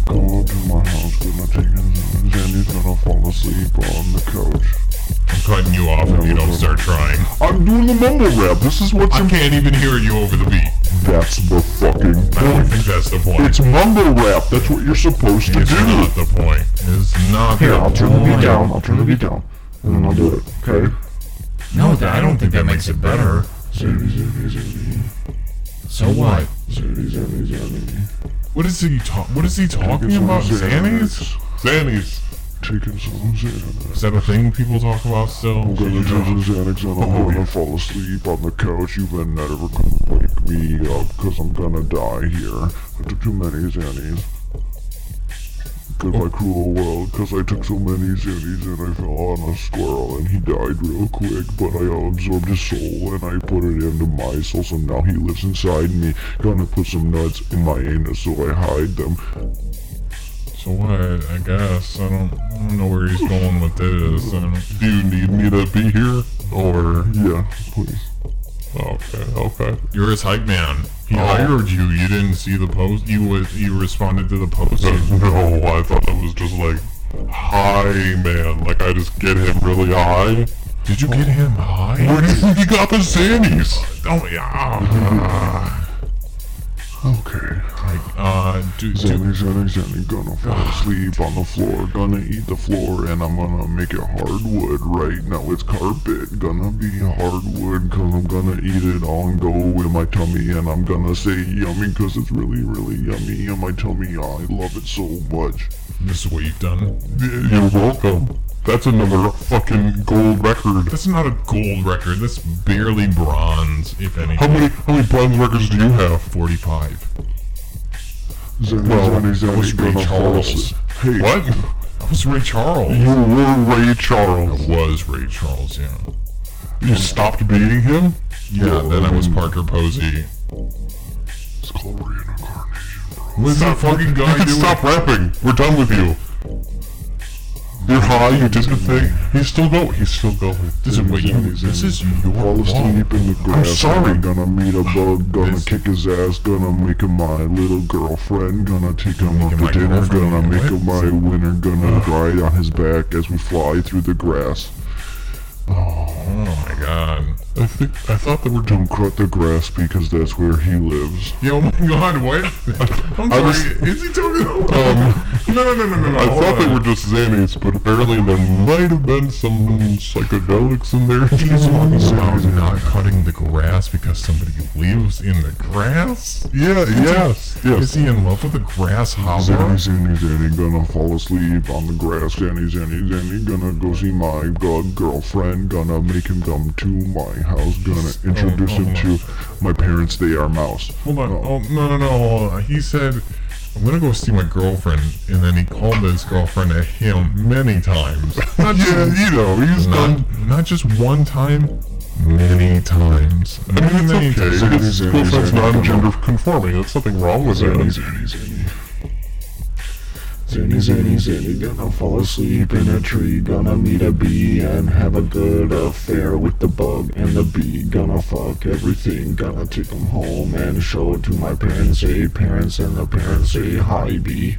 A: Come up to my house, gonna take a zanny. Zanny's gonna fall asleep on the couch.
B: I'm cutting you off if you don't start trying.
A: I'm doing the mumble rap. This is what's
B: I
A: in-
B: can't even hear you over the beat.
A: That's the fucking
B: I don't think
A: point.
B: that's the point.
A: It's mumble rap. That's what you're supposed to
B: It's
A: do.
B: not the point. It's not
A: Here,
B: the
A: I'll turn the
B: point.
A: beat down. I'll turn the beat down. And then I'll do it. Okay?
E: No, that,
B: I don't think that makes it better.
A: Zanny, zanny, zanny.
E: So what?
A: Zanny, zanny, zanny.
B: What is he ta- What is he talking
A: It's
B: about?
A: on Xanax.
B: Xannies? Xannies.
A: Taking some Xanax.
B: Is that a thing people talk about still?
A: I'm gonna take some Xanax and I'm gonna fall asleep on the couch. You then never gonna wake me up because I'm gonna die here. I took too many Xannies. Goodbye, cruel world, because I took so many Xannies and I fell on a squirrel and he died real quick, but I absorbed his soul and I put it into my soul, so now he lives inside me. Gonna put some nuts in my anus so I hide them.
B: So what? I guess I don't. I don't know where he's going with this. I don't-
A: Do uh, you need me to be here?
B: Or
A: Yeah, please.
B: okay, okay. You're his hype man. Oh. He hired you. You didn't see the post. You was. You responded to the post.
A: Uh, No, I thought it was just like high, man. Like I just get him really high.
B: Did you get him high?
A: Where do you think he got the Zannies?
B: Oh yeah.
A: Okay.
B: Uh, do, do,
A: Zanny, Zanny, Zanny, gonna fall asleep on the floor, gonna eat the floor, and I'm gonna make it hardwood right now. It's carpet, gonna be hardwood, cause I'm gonna eat it all and go in my tummy, and I'm gonna say yummy, cause it's really, really yummy in my tummy. I love it so much.
B: this is what you've done.
A: You're welcome. That's another fucking gold record.
B: That's not a gold record. That's barely bronze, if anything.
A: How many how many bronze records do you have?
B: Forty-five.
A: Zanny,
B: Well,
A: Zanny,
B: that was
A: Zanny,
B: Ray
A: gonna fall
B: Charles.
A: asleep. Hey,
B: What? That was Ray Charles.
A: You were Ray Charles.
B: was Ray Charles, yeah.
A: You stopped beating him?
B: Yeah, then I was Parker Posey.
A: It's called reincarnation.
B: What is that fucking guy
A: You can
B: doing?
A: stop rapping. We're done with you. You're high, you did the thing. He's still going. He's still going.
B: This is what you- this is your
A: Fall asleep in the grass.
B: I'm sorry.
A: I'm gonna meet a bug, gonna
B: This-
A: kick his ass, gonna make him my little girlfriend, gonna take him out
B: him my
A: to dinner,
B: girlfriend,
A: gonna
B: you
A: make him
B: what?
A: my winner, gonna ride on his back as we fly through the grass.
B: Oh my god.
A: I think I thought they were done cut the grass because that's where he lives.
B: Yo, my god, what? I'm
A: I
B: sorry,
A: was-
B: is he talking about?
A: Um,
B: no, no, no, no, no, no.
A: I
B: hold
A: thought they
B: on.
A: were just Xanax, but apparently there might have been some psychedelics in there.
B: He's talking about not cutting the grass because somebody lives in the grass?
A: Yeah, yes,
B: Is
A: yes.
B: he in love with a grasshopper?
A: Zanny, Zanny, Zanny, gonna fall asleep on the grass. Zanny, Zanny, Zanny, gonna go see my god girlfriend. Gonna make him come to my house. Gonna introduce him to my parents. They are mouse.
B: Hold on.
A: Oh.
B: Oh, no, no, no. Hold on. He said, I'm going to go see my girlfriend. And then he called his girlfriend at him many times. Not
A: Yeah,
B: just,
A: you know, he's done.
B: not, not just one time, many times.
A: I
B: Many,
A: mean,
B: many
A: it's okay.
B: times.
A: His girlfriend's non-gender conforming. There's nothing wrong with that. Zanny, zanny, zanny, gonna fall asleep in a tree, gonna meet a bee and have a good affair with the bug and the bee, gonna fuck everything, gonna take 'em home and show it to my parents, say parents, and the parents say hi bee.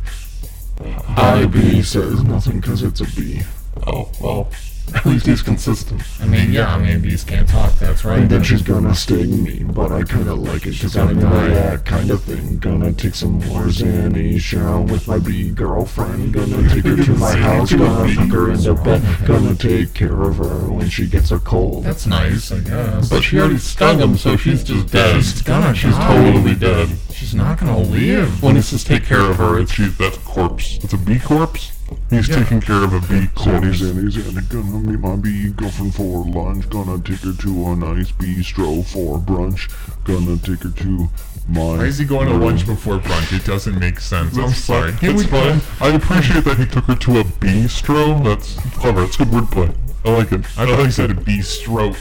A: Hi bee says nothing 'cause it's a bee.
B: Oh, well.
A: At least he's consistent.
E: I mean, yeah, I mean, bees can't talk. That's right.
A: And then she's gonna sting me, but I kinda like it, she's gonna die, that kinda thing. Gonna take some more Zanny, share 'em with my bee girlfriend. Gonna take her to my house, gonna tuck her in the bed. Gonna take care of her when she gets a cold.
E: That's nice, I guess.
A: But she already stung him, so she's just dead.
B: She's gonna
A: She's
B: die.
A: totally dead.
E: She's not gonna live.
A: When it says take care of her, it's she's that's corpse. It's a bee corpse?
B: He's taking care of a bee
A: He's
B: clones.
A: in, he's in. Gonna meet my bee girlfriend for lunch. Gonna take her to a nice bistro for brunch. Gonna take her to my.
B: Why is he going to lunch before brunch? It doesn't make sense. I'm sorry.
A: Here
B: It's
A: we go.
B: fine. I appreciate that he took her to a bistro. That's clever. It's good wordplay. I like it. I thought he said a bistro.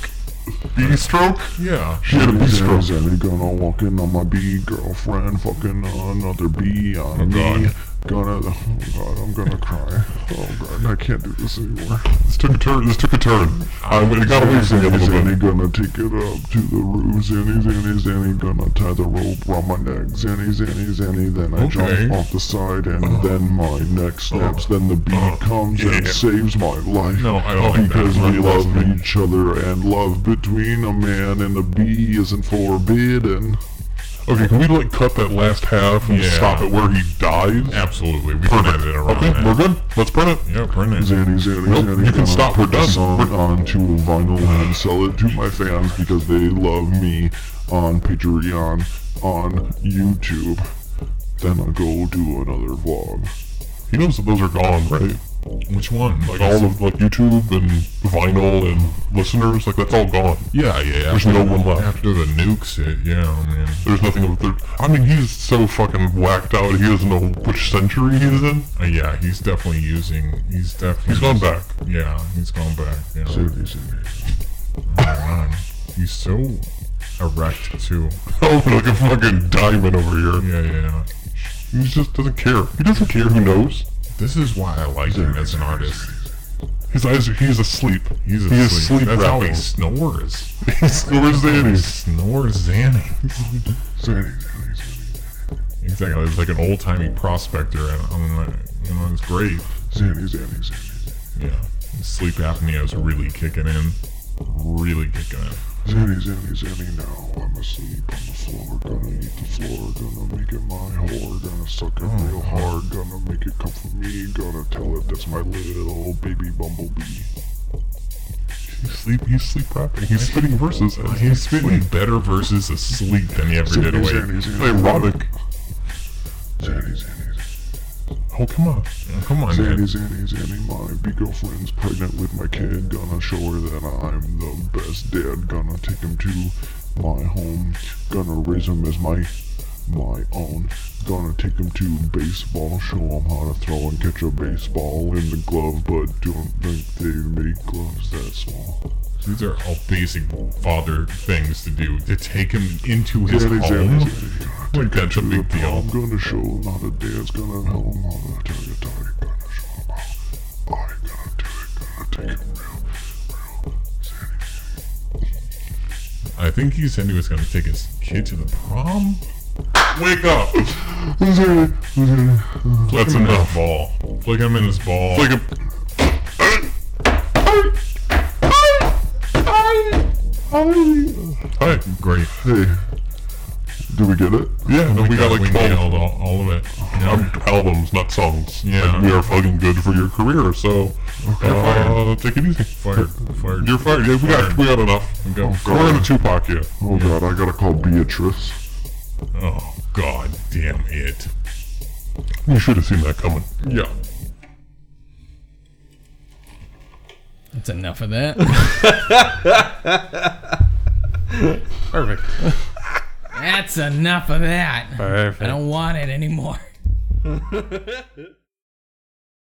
B: Bistro? Yeah. She had a
A: He's in,
B: bistro.
A: he's in. Gonna walk in on my bee girlfriend. Fucking another bee on
B: God.
A: me. Gonna. Oh god, I'm gonna cry. Oh god, I can't do this anymore.
B: This took a turn. This took a turn. I it got away from me a
A: Zanny,
B: little
A: Zanny
B: bit.
A: gonna take it up to the roof. Zanny, Zanny, Zanny gonna tie the rope around my neck. Zanny, Zanny, Zanny. Then I
B: Okay.
A: jump off the side and then my neck snaps. then the bee
B: Uh,
A: comes and
B: yeah.
A: saves my life.
B: No, I don't like that.
A: Because
B: I
A: we
B: love
A: love
B: that.
A: each other and love between a man and a bee isn't forbidden.
B: Okay, can we like cut that last half and
A: Yeah.
B: stop it where he dies? Absolutely. We print it. Okay, we're good. Let's print it. Yeah, print it.
A: Zanny, Zanny,
B: Nope,
A: Zanny.
B: you can
A: gonna
B: stop. We're
A: put the
B: done.
A: Song
B: We're-
A: onto a vinyl and sell it to my fans because they love me on Patreon, on YouTube. Then I'll go do another vlog.
B: He knows that those are gone, right? Which one? Like all of like YouTube and vinyl and listeners, like that's all gone. Yeah, yeah. There's no one left after the nukes. It, yeah, oh, man. There's nothing. of There, I mean, he's so fucking whacked out. He doesn't know which century he's in. Uh, yeah, he's definitely using. He's definitely. He's gone back. Yeah, he's gone back. Yeah.
A: Zanny, Zanny.
B: God, He's so erect too. oh, like a fucking diamond over here. Yeah, yeah. He just doesn't care. He doesn't care who knows. This is why I like him as an artist. His eyes are, he's asleep. He's asleep. He's asleep That's how he snores. he snores Zanny. snores Zanny.
A: Zanny, Zanny, Zanny.
B: exactly. It's like an old timey prospector. And I'm like, you know, it's great.
A: Zanny, Zanny, Zanny.
B: Yeah. Sleep apnea is really kicking in. Really kicking in.
A: Zanny, Zanny, Zanny. Now I'm asleep on the floor. Gonna eat the floor. Gonna make it my whore. Gonna suck it real hard. Gonna make it come for me. Gonna tell it that's my little baby bumblebee.
B: He's sleep. He's sleep rapping. He's spitting verses. uh, He's spitting better verses asleep than he ever did
A: Zanny, Zanny,
B: awake.
A: Zanny.
B: Erotic.
A: Zanny, Zanny, Zanny.
B: Oh come on, Oh, come on,
A: Zanny,
B: man.
A: Zanny, Zanny, my big girlfriend's pregnant with my kid. Gonna show her that I'm the best dad. Gonna take him to my home. Gonna raise him as my my own. Gonna take him to baseball. Show him how to throw and catch a baseball in the glove, but don't think they make gloves that small.
B: These are all basic father things to do. To take him into his
A: Zanny, Zanny,
B: home.
A: Zanny, gonna
B: Like that's a
A: to the
B: big deal.
A: prom. Gonna show him how to dance. Gonna help him how to tell you, tell you. Gonna show him how. I gonna do it. Gonna take him real, real. Zanny.
B: I think he said he was going to take his kid to the prom. Wake up! That's enough ball. Flick him in his ball. Flick him. All right, great.
A: Hey, do we get it?
B: Yeah, no, we, got, like we nailed all, all of it. albums, not songs. Yeah, we are fucking good for your career. So, uh, take it easy. Fired, fired. You're fired. Yeah, we got, we got enough. We got,
A: God.
B: We're in a Tupac here.
A: Oh god, I gotta call Beatrice.
B: Oh god, damn it! You should have seen that coming. Yeah.
E: That's enough of that.
D: Perfect.
E: That's enough of that.
D: Perfect.
E: I don't want it anymore.